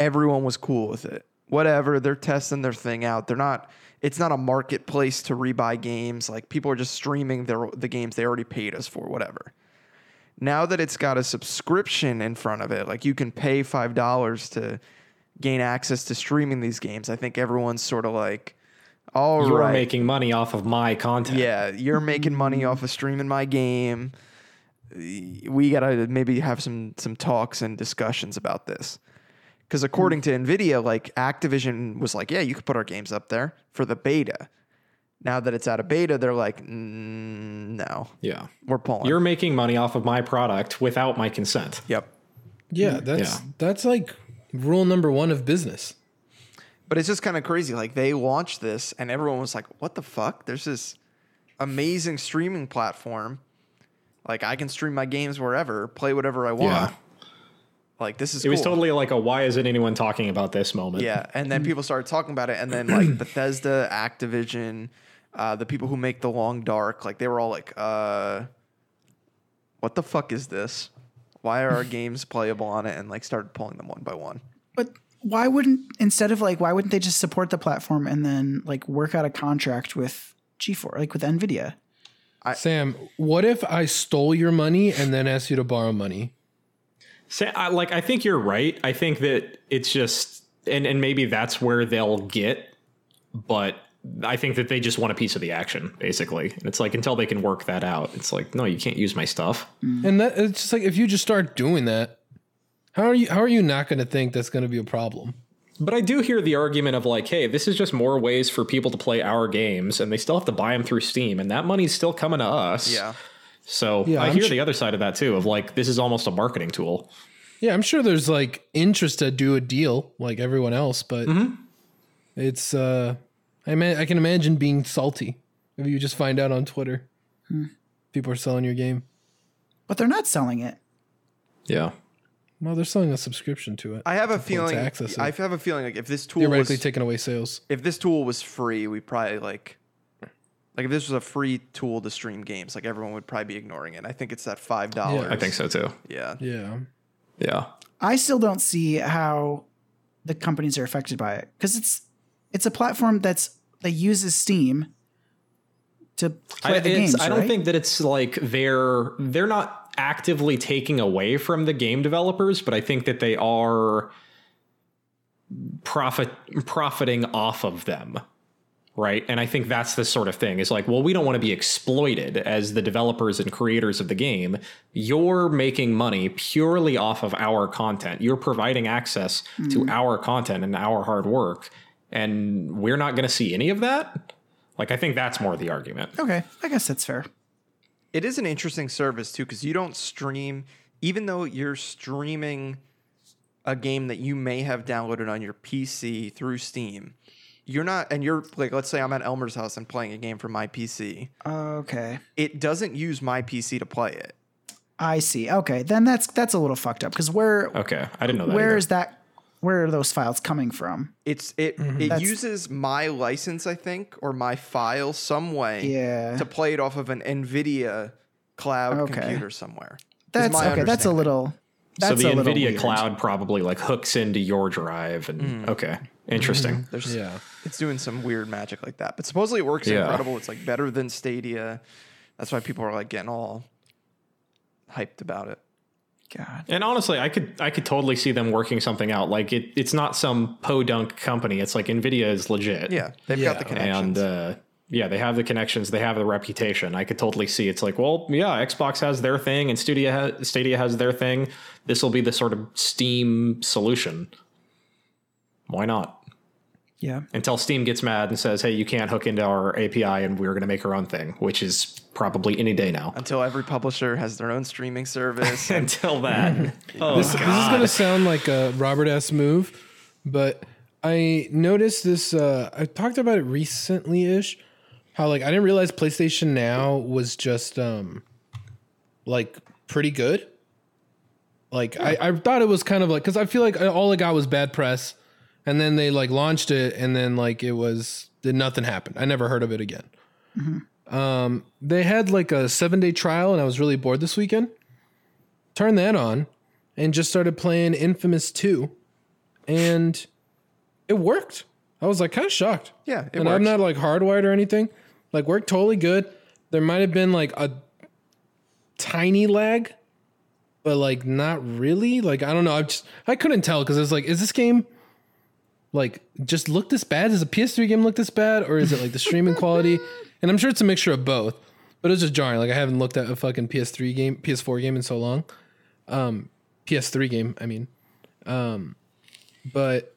Speaker 1: everyone was cool with it. Whatever, they're testing their thing out. They're not. It's not a marketplace to rebuy games. Like people are just streaming their the games they already paid us for. Whatever. Now that it's got a subscription in front of it, like you can pay five dollars to gain access to streaming these games. I think everyone's sort of like, all
Speaker 2: You're
Speaker 1: right,
Speaker 2: making money off of my content.
Speaker 1: yeah, you're making money off of streaming my game. We gotta maybe have some some talks and discussions about this. Because according to Nvidia, like Activision was like, yeah, you could put our games up there for the beta. Now that it's out of beta, they're like, mm, no,
Speaker 2: Yeah.
Speaker 1: we're pulling.
Speaker 2: You're making money off of my product without my consent.
Speaker 1: yep.
Speaker 3: Yeah, that's
Speaker 2: Hmm. Yeah.
Speaker 3: that's like rule number one of business.
Speaker 1: But it's just kind of crazy. Like they launched this, and everyone was like, "What the fuck?" There's this amazing streaming platform. Like I can stream my games wherever, play whatever I want.
Speaker 2: Yeah.
Speaker 1: Like this is
Speaker 2: It was
Speaker 1: cool.
Speaker 2: totally like a why isn't anyone talking about this moment?
Speaker 1: Yeah, and
Speaker 3: Mm-hmm.
Speaker 1: then people started talking about it, and then like Bethesda, Activision, uh, the people who make The Long Dark, like they were all like, uh, "What the fuck is this? Why are our games playable on it?" And like started pulling them one by one.
Speaker 4: But why wouldn't, instead of like, why wouldn't they just support the platform and then like work out a contract with G4, like with NVIDIA?
Speaker 3: Sam, what if I stole your money and then asked you to borrow money?
Speaker 2: Sa- I, like I think you're right. I think that it's just and and maybe that's where they'll get, but I think that they just want a piece of the action basically. And it's like until they can work that out, it's like no, you can't use my stuff.
Speaker 3: And that it's just like if you just start doing that, how are you how are you not going to think that's going to be a problem?
Speaker 2: But I do hear the argument of like, hey, this is just more ways for people to play our games, and they still have to buy them through Steam, and that money's still coming to us.
Speaker 1: Yeah,
Speaker 2: So
Speaker 3: Yeah,
Speaker 2: I
Speaker 3: I'm
Speaker 2: hear
Speaker 3: su-
Speaker 2: the other side of that too, of like this is almost a marketing tool.
Speaker 3: Yeah, I'm sure there's like interest to do a deal like everyone else, but
Speaker 1: Mm-hmm.
Speaker 3: it's uh I mean I can imagine being salty if you just find out on Twitter people are selling your game.
Speaker 4: But they're not selling it.
Speaker 2: Yeah.
Speaker 3: Well, they're selling a subscription to it.
Speaker 1: I have a
Speaker 3: point to
Speaker 1: feeling.
Speaker 3: access it.
Speaker 1: I have a feeling like if this tool was
Speaker 3: Theoretically taking away sales.
Speaker 1: if this tool was free, we probably like like if this was a free tool to stream games, like everyone would probably be ignoring it. I think it's that five dollars.
Speaker 2: I think so too.
Speaker 1: Yeah,
Speaker 3: Yeah.
Speaker 2: Yeah.
Speaker 4: I still don't see how the companies are affected by it because it's it's a platform that's that uses Steam to play
Speaker 2: I,
Speaker 4: the
Speaker 2: it's-
Speaker 4: games.
Speaker 2: I don't
Speaker 4: right?
Speaker 2: think that it's like they're they're not actively taking away from the game developers, but I think that they are profit profiting off of them. Right. And I think that's the sort of thing. It's like, well, we don't want to be exploited as the developers and creators of the game. You're making money purely off of our content. You're providing access
Speaker 4: Mm-hmm.
Speaker 2: to our content and our hard work. And we're not going to see any of that. Like, I think that's more the argument.
Speaker 4: Okay, I guess that's fair.
Speaker 1: It is an interesting service too because you don't stream, even though you're streaming a game that you may have downloaded on your PC through Steam. You're not, and you're like, let's say I'm at Elmer's house and playing a game from my PC.
Speaker 4: Okay,
Speaker 1: It doesn't use my PC to play it.
Speaker 4: I see. Okay, then that's that's a little fucked up because where
Speaker 2: Okay, I didn't know that.
Speaker 4: where
Speaker 2: either.
Speaker 4: is that? Where are those files coming from?
Speaker 1: It's it it
Speaker 4: Mm-hmm. That's-
Speaker 1: uses my license, I think, or my file some way
Speaker 4: Yeah.
Speaker 1: to play it off of an NVIDIA cloud
Speaker 4: Okay.
Speaker 1: computer somewhere. is
Speaker 4: That's
Speaker 1: my
Speaker 4: okay. That's a
Speaker 1: understanding.
Speaker 4: little.
Speaker 2: so
Speaker 4: That's
Speaker 2: the
Speaker 4: a little
Speaker 2: NVIDIA
Speaker 4: weird.
Speaker 2: cloud probably like hooks into your drive and
Speaker 1: Hmm.
Speaker 2: okay, interesting.
Speaker 4: Mm-hmm.
Speaker 1: There's,
Speaker 3: Yeah.
Speaker 1: it's doing some weird magic like that. But supposedly it works
Speaker 2: Yeah.
Speaker 1: incredible. It's like better than Stadia. That's why people are like getting all hyped about it.
Speaker 4: God.
Speaker 2: And honestly, I could I could totally see them working something out. Like it, it's not some podunk company. It's like NVIDIA is legit.
Speaker 1: Yeah, they've got the
Speaker 3: Yeah,
Speaker 1: connections.
Speaker 2: and uh, yeah, they have the connections. They have the reputation. I could totally see it's like, well, yeah, Xbox has their thing, and Studio ha- Stadia has their thing. This will be the sort of Steam solution. Why not?
Speaker 4: Yeah.
Speaker 2: until Steam gets mad and says, "Hey, you can't hook into our API, and we're going to make our own thing," which is probably any day now.
Speaker 1: Until every publisher has their own streaming service. and
Speaker 2: Until then, oh
Speaker 3: this, this is going to sound like a Robert S. move, but I noticed this. Uh, I talked about it recently ish. How like I didn't realize PlayStation Now was just um, like pretty good. Like I, I thought it was kind of like because I feel like all I got was bad press, and then they like launched it, and then like it was then nothing happened. I never heard of it again. Um, they had like a seven day trial, and I was really bored this weekend. Turn that on, and just started playing Infamous 2 and it worked. I was like kind of shocked.
Speaker 1: yeah, it
Speaker 3: and
Speaker 1: works.
Speaker 3: I'm not like hardwired or anything. Like worked totally good. There might have been like a tiny lag, but like not really. Like I don't know. I just I couldn't tell because I was like, is this game like just look this bad? Does a PS3 game look this bad, or is it like the streaming quality? And I'm sure it's a mixture of both. But it was just jarring. Like I haven't looked at a fucking PS3 game, PS4 game in so long. Um, PS3 game. I mean, um, but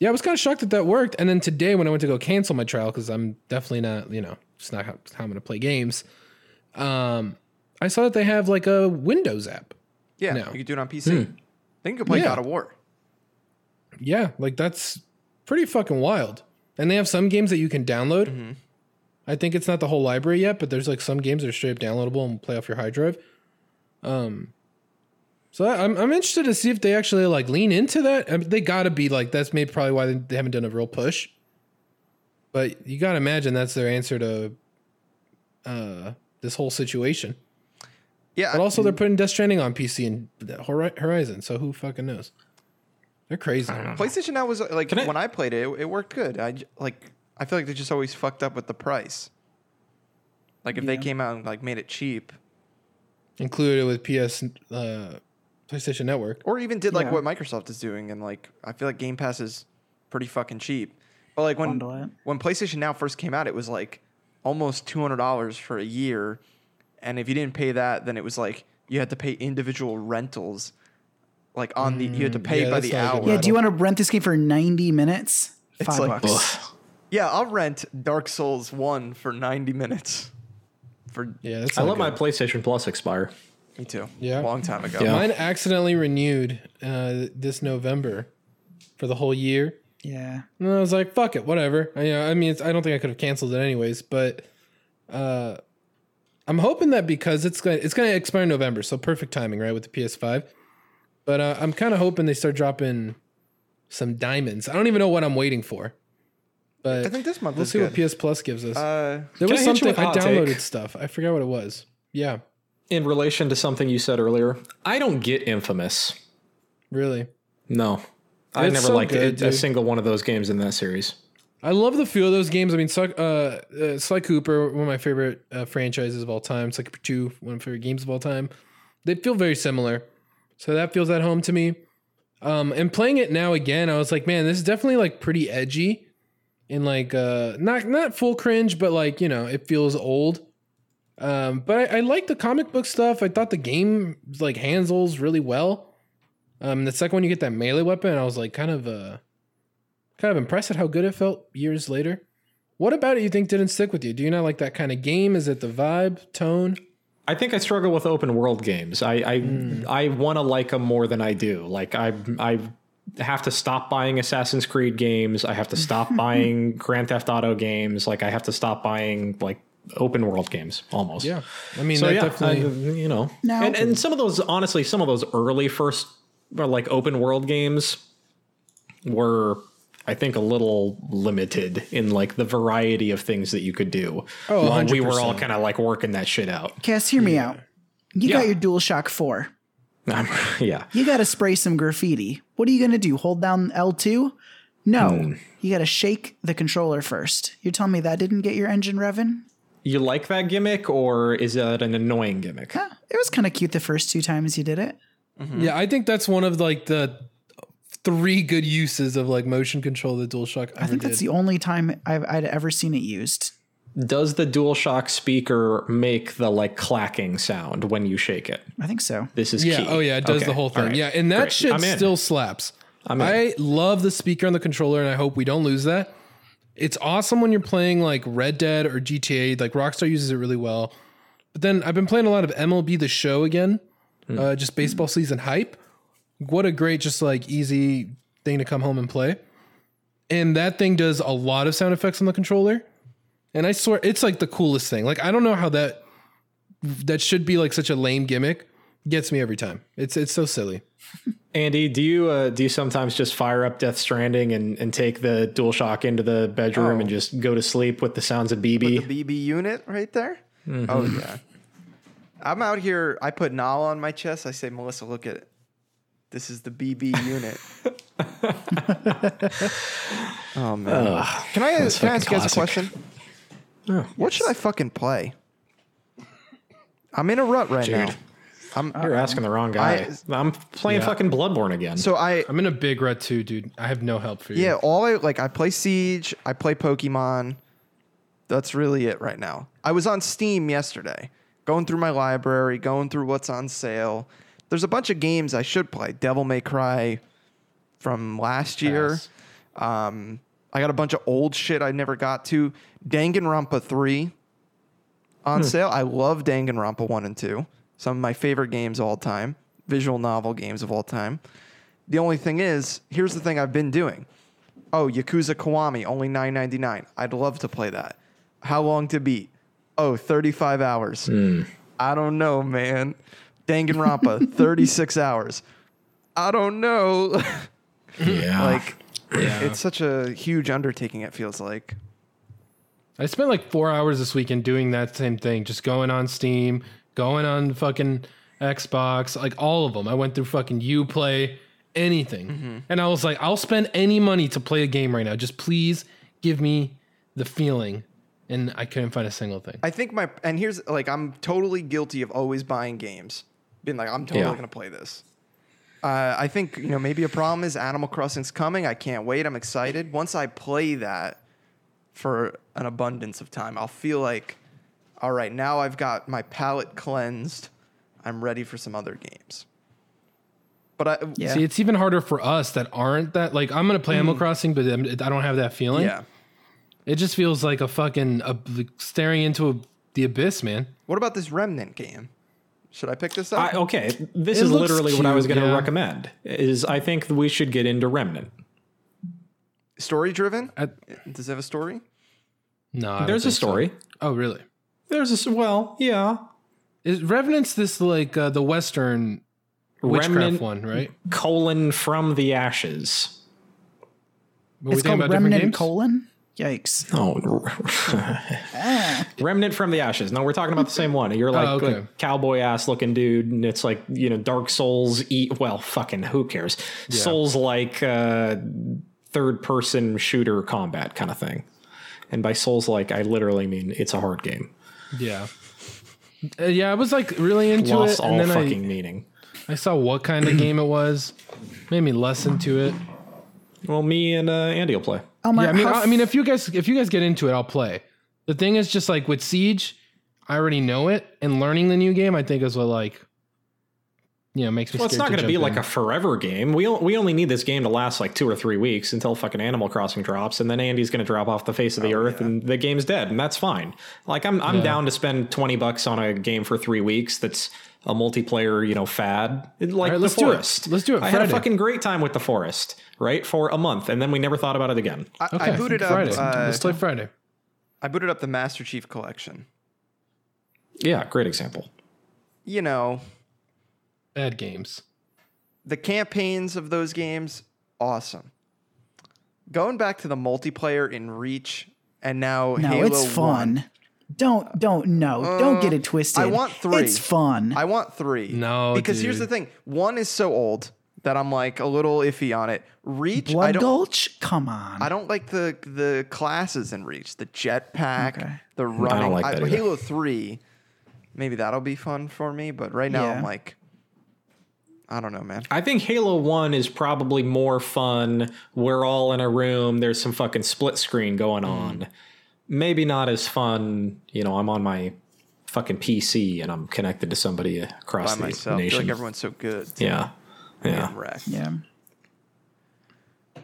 Speaker 3: yeah, I was kind of shocked that that worked. And then today, when I went to go cancel my trial because I'm definitely not, you know, it's not how, how I'm going to play games. Um, I saw that they have like a Windows app.
Speaker 1: yeah,
Speaker 3: no. Hmm.
Speaker 1: you can do it on PC. Then you can play
Speaker 3: Yeah.
Speaker 1: God of War.
Speaker 3: Yeah, like that's pretty fucking wild. And they have some games that you can download. I think it's not the whole library yet, but there's like some games that are straight up downloadable and play off your hard drive. Um, so I, I'm I'm interested to see if they actually like lean into that. I mean, they gotta be like that's maybe probably why they, they haven't done a real push. But you gotta imagine that's their answer to uh, this whole situation.
Speaker 1: Yeah,
Speaker 3: But also, they're putting Death Stranding on PC and Hori- Horizon, so who fucking knows? They're crazy.
Speaker 1: PlayStation Now was like
Speaker 2: Can I-
Speaker 1: when I played it, it, it worked good. I j- like I feel like they just always fucked up with the price. Like if they came out and like made it cheap,
Speaker 3: included with PS uh, PlayStation Network.
Speaker 1: or even did like
Speaker 4: Yeah.
Speaker 1: what Microsoft is doing, and like I feel like Game Pass is pretty fucking cheap. But like when
Speaker 4: Bundle it.
Speaker 1: when PlayStation Now first came out, it was like almost two hundred dollars for a year, and if you didn't pay that, then it was like you had to pay individual rentals, like on the you had to pay
Speaker 3: Mm, yeah,
Speaker 1: by
Speaker 3: that's
Speaker 1: the
Speaker 3: not a
Speaker 1: hour.
Speaker 3: good
Speaker 4: Yeah. Do you want to rent this game for ninety minutes? Five
Speaker 1: like-
Speaker 4: bucks.
Speaker 1: Yeah, I'll rent Dark Souls one for ninety minutes. For
Speaker 3: Yeah, that's
Speaker 2: I
Speaker 3: not
Speaker 2: let my
Speaker 3: good.
Speaker 2: PlayStation Plus expire.
Speaker 1: me too.
Speaker 3: Yeah.
Speaker 1: long time ago.
Speaker 2: Yeah.
Speaker 3: mine accidentally renewed uh, this November for the whole year,
Speaker 4: Yeah.
Speaker 3: and I was like, "Fuck it, whatever." I, you know, I mean, it's, I don't think I could have canceled it anyways, but uh, I'm hoping that because it's gonna, it's going to expire in November, so perfect timing, right, with the PS5. But uh, I'm kind of hoping they start dropping some diamonds. I don't even know what I'm waiting for, but
Speaker 1: I think this month
Speaker 3: we'll
Speaker 1: is
Speaker 3: see
Speaker 1: good.
Speaker 3: what PS Plus gives us.
Speaker 1: uh,
Speaker 3: There
Speaker 2: Can
Speaker 3: was
Speaker 2: I hit you
Speaker 3: something
Speaker 2: with a
Speaker 3: I
Speaker 2: hot
Speaker 3: downloaded
Speaker 2: take?
Speaker 3: stuff. I forgot what it was. Yeah.
Speaker 2: In relation to something you said earlier, I don't get Infamous.
Speaker 3: Really.
Speaker 2: No, I
Speaker 3: It's
Speaker 2: never
Speaker 3: so
Speaker 2: liked
Speaker 3: good,
Speaker 2: it- a
Speaker 3: dude.
Speaker 2: single one of those games in that series.
Speaker 3: I love the feel of those games. I mean, Sly, uh, uh, Sly Cooper, one of my favorite uh, franchises of all time. Sly Cooper 2, one of my favorite games of all time. They feel very similar. So that feels at home to me. Um, and playing it now again, I was like, man, this is definitely like pretty edgy and like uh, not not full cringe, but like, you know, it feels old. Um, but I, I like the comic book stuff. I thought the game like handles really well. Um, the second one, you get that melee weapon. I was like, kind of uh, kind of impressed at how good it felt years later. What about it you think didn't stick with you? Do you not like that kind of game? Is it the vibe, tone?
Speaker 2: I think I struggle with open world games. I I,
Speaker 3: Hmm.
Speaker 2: I want to like them more than I do. Like I I have to stop buying Assassin's Creed games. I have to stop buying Grand Theft Auto games. Like I have to stop buying like open world games almost.
Speaker 3: Yeah, I mean,
Speaker 2: So
Speaker 3: that
Speaker 2: yeah,
Speaker 3: definitely.
Speaker 2: I- you know,
Speaker 4: Now-
Speaker 2: and and some of those honestly, some of those early first or like open world games were, I think, a little limited in like the variety of things that you could do.
Speaker 3: Oh,
Speaker 2: While we were all
Speaker 3: 100%.
Speaker 2: kind of like working that shit out.
Speaker 4: Cass, hear me out. You got
Speaker 2: Yeah.
Speaker 4: your DualShock 4.
Speaker 2: Um, yeah,
Speaker 4: You got to spray some graffiti. What are you going to do? Hold down L2? No.
Speaker 1: Hmm.
Speaker 4: You got to shake the controller first. You're telling me that didn't get your engine revving?
Speaker 2: you like that gimmick, or is that an annoying gimmick?
Speaker 4: Huh, It was kind of cute the first two times you did it.
Speaker 3: yeah, I think that's one of like the three good uses of like motion control the DualShock. Ever
Speaker 4: I think that's the only time I've, I'd ever seen it used.
Speaker 2: Does the DualShock speaker make the like clacking sound when you shake it?
Speaker 4: I think so.
Speaker 2: This is
Speaker 3: yeah.
Speaker 2: key.
Speaker 3: Oh yeah, it does
Speaker 2: Okay,
Speaker 3: the whole
Speaker 2: all
Speaker 3: thing.
Speaker 2: right.
Speaker 3: Yeah, and that
Speaker 2: Great.
Speaker 3: shit
Speaker 2: I'm in.
Speaker 3: still slaps. i love the speaker and the controller, and I hope we don't lose that. It's awesome when you're playing like Red Dead or GTA. Like Rockstar uses it really well. But then I've been playing a lot of MLB The Show again,
Speaker 2: Hmm.
Speaker 3: uh, just baseball season hype. What a great, just like easy thing to come home and play. And that thing does a lot of sound effects on the controller. And I swear, it's like the coolest thing. Like I don't know how that that should be like such a lame gimmick gets me every time. It's it's so silly.
Speaker 2: Andy, do you uh, do you sometimes just fire up Death Stranding and, and take the DualShock into the bedroom
Speaker 3: Oh.
Speaker 2: and just go to sleep with the sounds of BB?
Speaker 1: The BB unit right there.
Speaker 2: Mm-hmm.
Speaker 1: Oh yeah. I'm out here. I put Nala on my chest. I say, Melissa, look at it. This is the BB unit. oh man. can I
Speaker 2: that's
Speaker 1: can I ask you guys
Speaker 2: fucking
Speaker 1: a
Speaker 2: classic.
Speaker 1: question? What should I fucking play? I'm in a rut right now.
Speaker 2: Dude. You're asking the wrong guy. I, am playing fucking Bloodborne again.
Speaker 1: So I
Speaker 3: I'm in a big rut too, dude. I have no help for you.
Speaker 1: yeah, all I like I play Siege, I play Pokemon. That's really it right now. I was on Steam yesterday, going through my library, going through what's on sale. There's a bunch of games I should play. Devil May Cry from last year.
Speaker 3: Pass.
Speaker 1: Um, I got a bunch of old shit I never got to. Danganronpa 3 on
Speaker 3: Hmm.
Speaker 1: sale. I love Danganronpa 1 and 2. Some of my favorite games of all time, visual novel games of all time. The only thing is, here's the thing I've been doing. Oh, Yakuza Kiwami, only nine ninety nine. I'd love to play that. How long to beat? Oh, 35 hours. I don't know, man. Danganronpa, 36 hours. I don't know.
Speaker 2: yeah.
Speaker 1: like, it's such a huge undertaking, it feels like.
Speaker 3: I spent like four hours this weekend doing that same thing, just going on Steam, going on fucking Xbox, like all of them. I went through fucking Uplay, anything,
Speaker 1: Mm-hmm.
Speaker 3: and I was like, I'll spend any money to play a game right now. Just please give me the feeling, and I couldn't find a single thing.
Speaker 1: I think my, and here's like, I'm totally guilty of always buying games, being like, I'm totally
Speaker 2: Yeah.
Speaker 1: going to play this. Uh, I think, you know, maybe a problem is Animal Crossing's coming. I can't wait. I'm excited. Once I play that for an abundance of time, I'll feel like, all right, now I've got my palate cleansed. I'm ready for some other games. But I,
Speaker 4: Yeah.
Speaker 3: See, it's even harder for us that aren't that like I'm gonna play Animal Crossing, but I'm- I don't have that feeling.
Speaker 1: Mm. yeah.
Speaker 3: It just feels like a fucking a, like, staring into a, the abyss, man.
Speaker 1: What about this Remnant game? Should I pick this
Speaker 2: I,
Speaker 1: up?
Speaker 2: okay, this
Speaker 3: It
Speaker 2: is
Speaker 3: looks
Speaker 2: literally what I was
Speaker 3: cute,
Speaker 2: going to
Speaker 3: yeah.
Speaker 2: recommend. Is I think we should get into Remnant.
Speaker 1: story driven?
Speaker 3: I-
Speaker 1: Does it have a story?
Speaker 3: No, I don't
Speaker 2: There's a
Speaker 3: think so.
Speaker 2: story.
Speaker 3: Oh, really?
Speaker 2: There's a s- well, yeah.
Speaker 3: Is Revenant's this like uh, the Western witchcraft
Speaker 2: Remnant
Speaker 3: one, right?
Speaker 2: colon from the ashes.
Speaker 3: Were
Speaker 4: It's called Remnant colon. Yikes.
Speaker 2: Oh,
Speaker 4: Ah.
Speaker 2: Remnant from the Ashes. No, we're talking about the same one. You're like,
Speaker 3: Oh, okay.
Speaker 2: like cowboy ass looking dude, and it's like you know Dark Souls. E- well, fucking who cares? Souls like uh, third person shooter combat kind of thing. And by Souls like, I literally mean it's a hard game.
Speaker 3: Yeah. Uh, yeah, I was like really into
Speaker 2: Lost
Speaker 3: it,
Speaker 2: all
Speaker 3: and then
Speaker 2: fucking meaning.
Speaker 3: I, I saw what kind of game it was. Made me less into it.
Speaker 2: Well, me and uh, Andy will play.
Speaker 4: Elmer,
Speaker 3: Yeah, I mean,
Speaker 4: how
Speaker 3: I, I mean, if you guys if you guys get into it, I'll play. The thing is, just like with Siege, I already know it, and learning the new game, I think is what like, you know, makes me.
Speaker 2: Well, it's not going to be like a forever game. We o- we only need this game to last like two or three weeks until fucking Animal Crossing drops, and then Andy's going to drop off the face of the earth, and the game's dead, and that's fine. Like I'm I'm
Speaker 3: Oh, Yeah.
Speaker 2: down to spend twenty bucks on a game for three weeks. That's a multiplayer, you know, fad. It- Like
Speaker 3: right,
Speaker 2: the
Speaker 3: let's do it.
Speaker 2: forest.
Speaker 3: Let's do it
Speaker 2: I had a
Speaker 3: Friday.
Speaker 2: fucking great time with the forest, right, for a month, and then we never thought about it again.
Speaker 1: I, I booted up.
Speaker 3: Friday.
Speaker 1: Uh,
Speaker 3: Let's play Friday.
Speaker 1: I booted up the Master Chief Collection.
Speaker 2: Yeah, great example.
Speaker 1: You know,
Speaker 3: Bad games.
Speaker 1: the campaigns of those games, awesome. Going back to the multiplayer in Reach, and now
Speaker 4: No,
Speaker 1: Halo
Speaker 4: it's
Speaker 1: 1.
Speaker 4: fun. Don't don't no. don't get it twisted.
Speaker 1: I want three.
Speaker 4: It's fun.
Speaker 1: I want three.
Speaker 3: No,
Speaker 1: because here's the
Speaker 3: dude.
Speaker 1: thing: one is so old that I'm like a little iffy on it. Reach, I
Speaker 4: Blood
Speaker 1: don't,
Speaker 4: Gulch? Come on.
Speaker 1: I don't like the the classes in Reach, the jetpack,
Speaker 4: Okay.
Speaker 1: the running.
Speaker 2: like that either.
Speaker 1: Halo Three, maybe that'll be fun for me, but right now
Speaker 4: Yeah.
Speaker 1: I'm like, I don't know, man.
Speaker 2: I think Halo 1 is probably more fun. We're all in a room, there's some fucking split screen going
Speaker 1: Mm.
Speaker 2: on. Maybe not as fun, you know, I'm on my fucking PC and I'm connected to somebody across
Speaker 1: By
Speaker 2: the
Speaker 1: myself, I feel
Speaker 2: nation.
Speaker 1: like everyone's so good.
Speaker 2: yeah. Yeah.
Speaker 1: And wrecked.
Speaker 4: Yeah.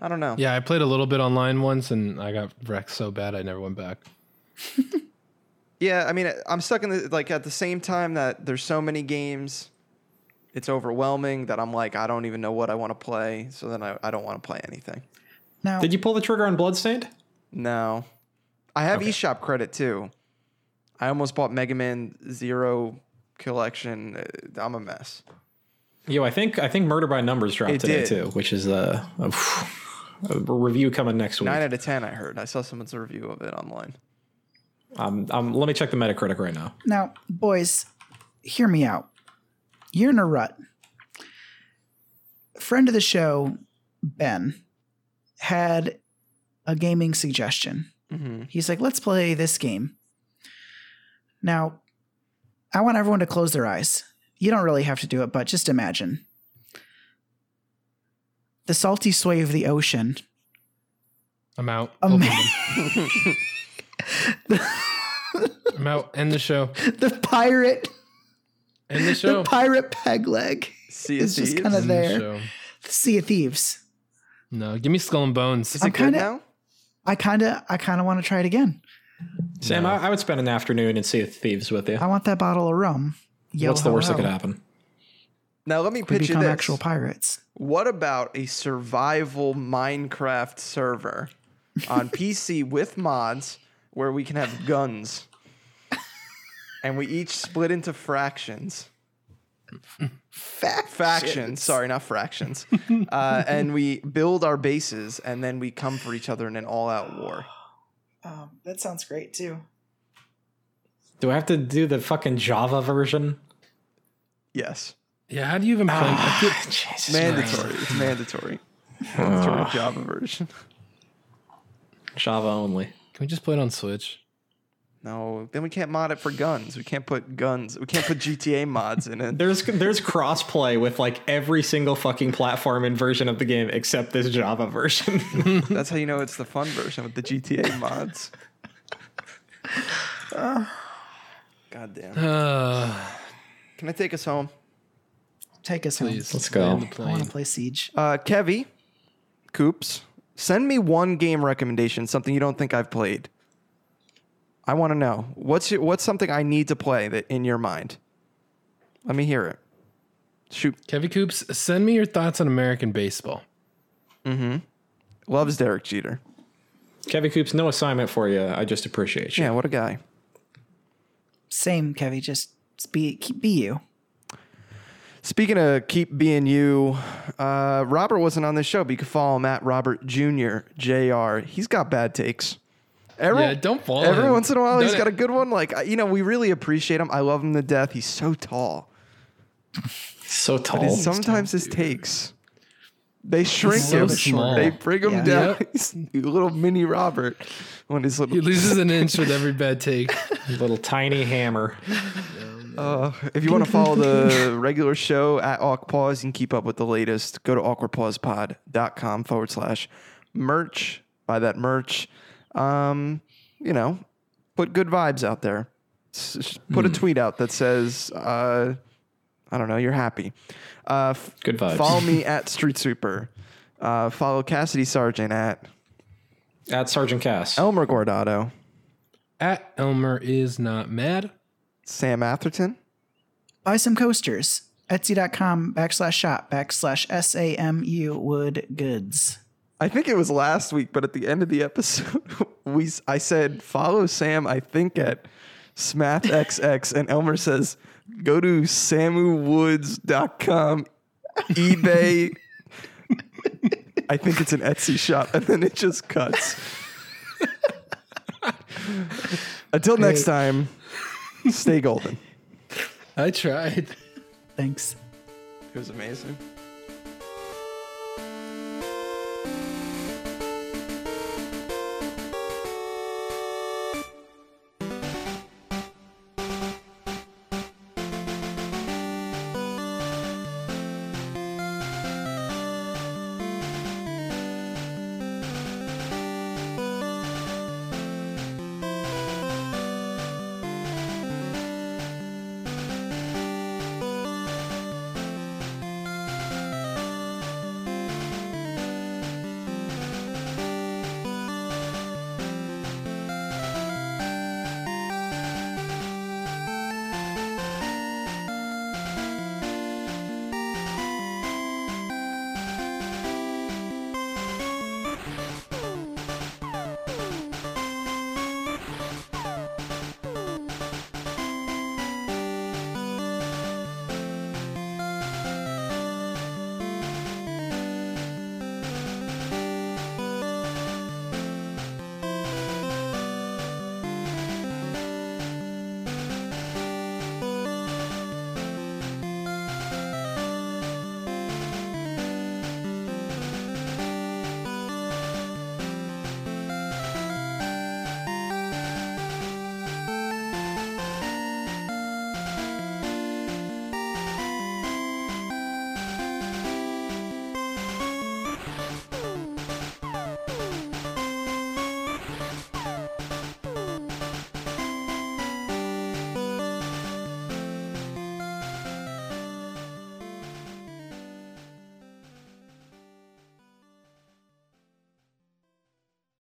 Speaker 1: I don't know.
Speaker 3: Yeah, I played a little bit online once, and I got wrecked so bad I never went back.
Speaker 1: Yeah, I mean, I'm stuck in the like at the same time that there's so many games, it's overwhelming that I'm like, I don't even know what I want to play. So then I, I don't want to play anything.
Speaker 4: Now
Speaker 2: Did you pull the trigger on Bloodstained?
Speaker 1: No, I have eShop credit too. I almost bought Mega Man Zero Collection. Uh, I'm a mess.
Speaker 2: Yo, I think I think Murder by Numbers dropped
Speaker 1: It
Speaker 2: today
Speaker 1: did.
Speaker 2: too, which is uh, a, a review coming next week.
Speaker 1: Nine out of ten, I heard. I saw someone's review of it online.
Speaker 2: Um, um, let me check the Metacritic right now.
Speaker 4: now, boys, hear me out. You're in a rut. Friend of the show, Ben, had a gaming suggestion.
Speaker 1: Mm-hmm.
Speaker 4: He's like, let's play this game. Now, I want everyone to close their eyes. You don't really have to do it, but just imagine the salty sway of the ocean.
Speaker 3: I'm out.
Speaker 4: Ama-
Speaker 3: Open. I'm out. End the show.
Speaker 4: the pirate,
Speaker 3: End the
Speaker 4: the
Speaker 3: show.
Speaker 4: pirate peg leg,
Speaker 1: See,
Speaker 4: It's just
Speaker 1: see,
Speaker 4: kinda
Speaker 3: End the
Speaker 4: there.
Speaker 3: show.
Speaker 4: the sea of thieves.
Speaker 3: No, give me Skull and Bones.
Speaker 1: Is
Speaker 4: I'm
Speaker 1: it good
Speaker 4: kinda-
Speaker 1: now?
Speaker 4: I kind of, I kind of want to try it again.
Speaker 2: Sam, I, I would spend an afternoon and see Thieves with you.
Speaker 4: I want that bottle of rum. Yo,
Speaker 2: What's the
Speaker 4: ho,
Speaker 2: worst that
Speaker 4: ho.
Speaker 2: could happen?
Speaker 1: Now let me
Speaker 4: We
Speaker 1: pitch you
Speaker 4: become
Speaker 1: this.
Speaker 4: actual pirates.
Speaker 1: What about a survival Minecraft server on PC with mods where we can have guns and we each split into fractions?
Speaker 4: Fact.
Speaker 1: Factions, sorry, not fractions. Uh, and we build our bases and then we come for each other in an all out war.
Speaker 4: Um, that sounds great too.
Speaker 2: Do I have to do the fucking Java version?
Speaker 1: Yes.
Speaker 3: Yeah, how do you even play?
Speaker 1: Ah.
Speaker 3: I feel-
Speaker 2: Jesus.
Speaker 1: Mandatory. It's mandatory. Mandatory
Speaker 2: Ah.
Speaker 1: Java version.
Speaker 2: Java only.
Speaker 3: Can we just play it on Switch?
Speaker 1: No, then we can't mod it for guns. We can't put guns. We can't put GTA mods in it.
Speaker 2: There's there's crossplay with like every single fucking platform and version of the game except this Java version.
Speaker 1: That's how you know it's the fun version with the GTA mods. Ah. God damn.
Speaker 3: Uh,
Speaker 1: Can I take us home?
Speaker 4: Take us
Speaker 3: please.
Speaker 2: Let's go.
Speaker 3: Land the
Speaker 4: home. I want to play
Speaker 3: plane.
Speaker 4: Siege.
Speaker 1: Uh, Kevy, Coops, send me one game recommendation, something you don't think I've played. I want to know what's your, what's something I need to play that in your mind. Let me hear it. Shoot,
Speaker 3: Kevin Coops, send me your thoughts on American baseball.
Speaker 1: loves Derek Jeter.
Speaker 2: Kevin Coops, no assignment for you. I just appreciate you.
Speaker 1: Yeah, what a guy.
Speaker 4: Same, Kevy. Just be, keep, be you.
Speaker 1: Speaking of keep being you, uh, Robert wasn't on this show, but you can follow him at Robert Jr. Jr. He's got bad takes. Every,
Speaker 3: yeah, don't fall.
Speaker 1: every
Speaker 3: in.
Speaker 1: once in a while, he's
Speaker 3: Don't- e-
Speaker 1: got a good one. Like I- you know, we really appreciate him. I love him to death. He's so tall,
Speaker 2: So tall.
Speaker 1: but
Speaker 3: Oh,
Speaker 1: his- sometimes his takes they shrink
Speaker 3: so
Speaker 1: him.
Speaker 3: small.
Speaker 1: They bring him
Speaker 4: Yeah.
Speaker 1: down.
Speaker 3: Yep.
Speaker 1: He's a little mini Robert when he's little.
Speaker 3: He loses an inch with every bad take.
Speaker 2: Little tiny hammer.
Speaker 1: Uh, if you want to follow the regular show at Awk Pause, you can keep up with the latest. Go to awkwardpausepod.com forward slash merch. Buy that merch. Um, you know, put good vibes out there. S- s- Put a tweet out that says, uh, I don't know, you're happy. Uh, f-
Speaker 2: Good vibes.
Speaker 1: Follow me at Street Super. Uh, follow Cassidy Sargent at
Speaker 2: At Sergeant Cass.
Speaker 1: Elmer Gordado,
Speaker 3: At Elmer is not mad.
Speaker 1: Sam Atherton.
Speaker 4: Buy some coasters. Etsy.com backslash shop backslash S A M U wood goods.
Speaker 1: I think it was last week, but at the end of the episode, we s- I said follow Sam. I think at SmathXX, and Elmer says go to samuwoods.com, eBay. I think it's an Etsy shop, and then it just cuts. Until next time, stay golden.
Speaker 3: I tried.
Speaker 4: Thanks.
Speaker 1: It was amazing.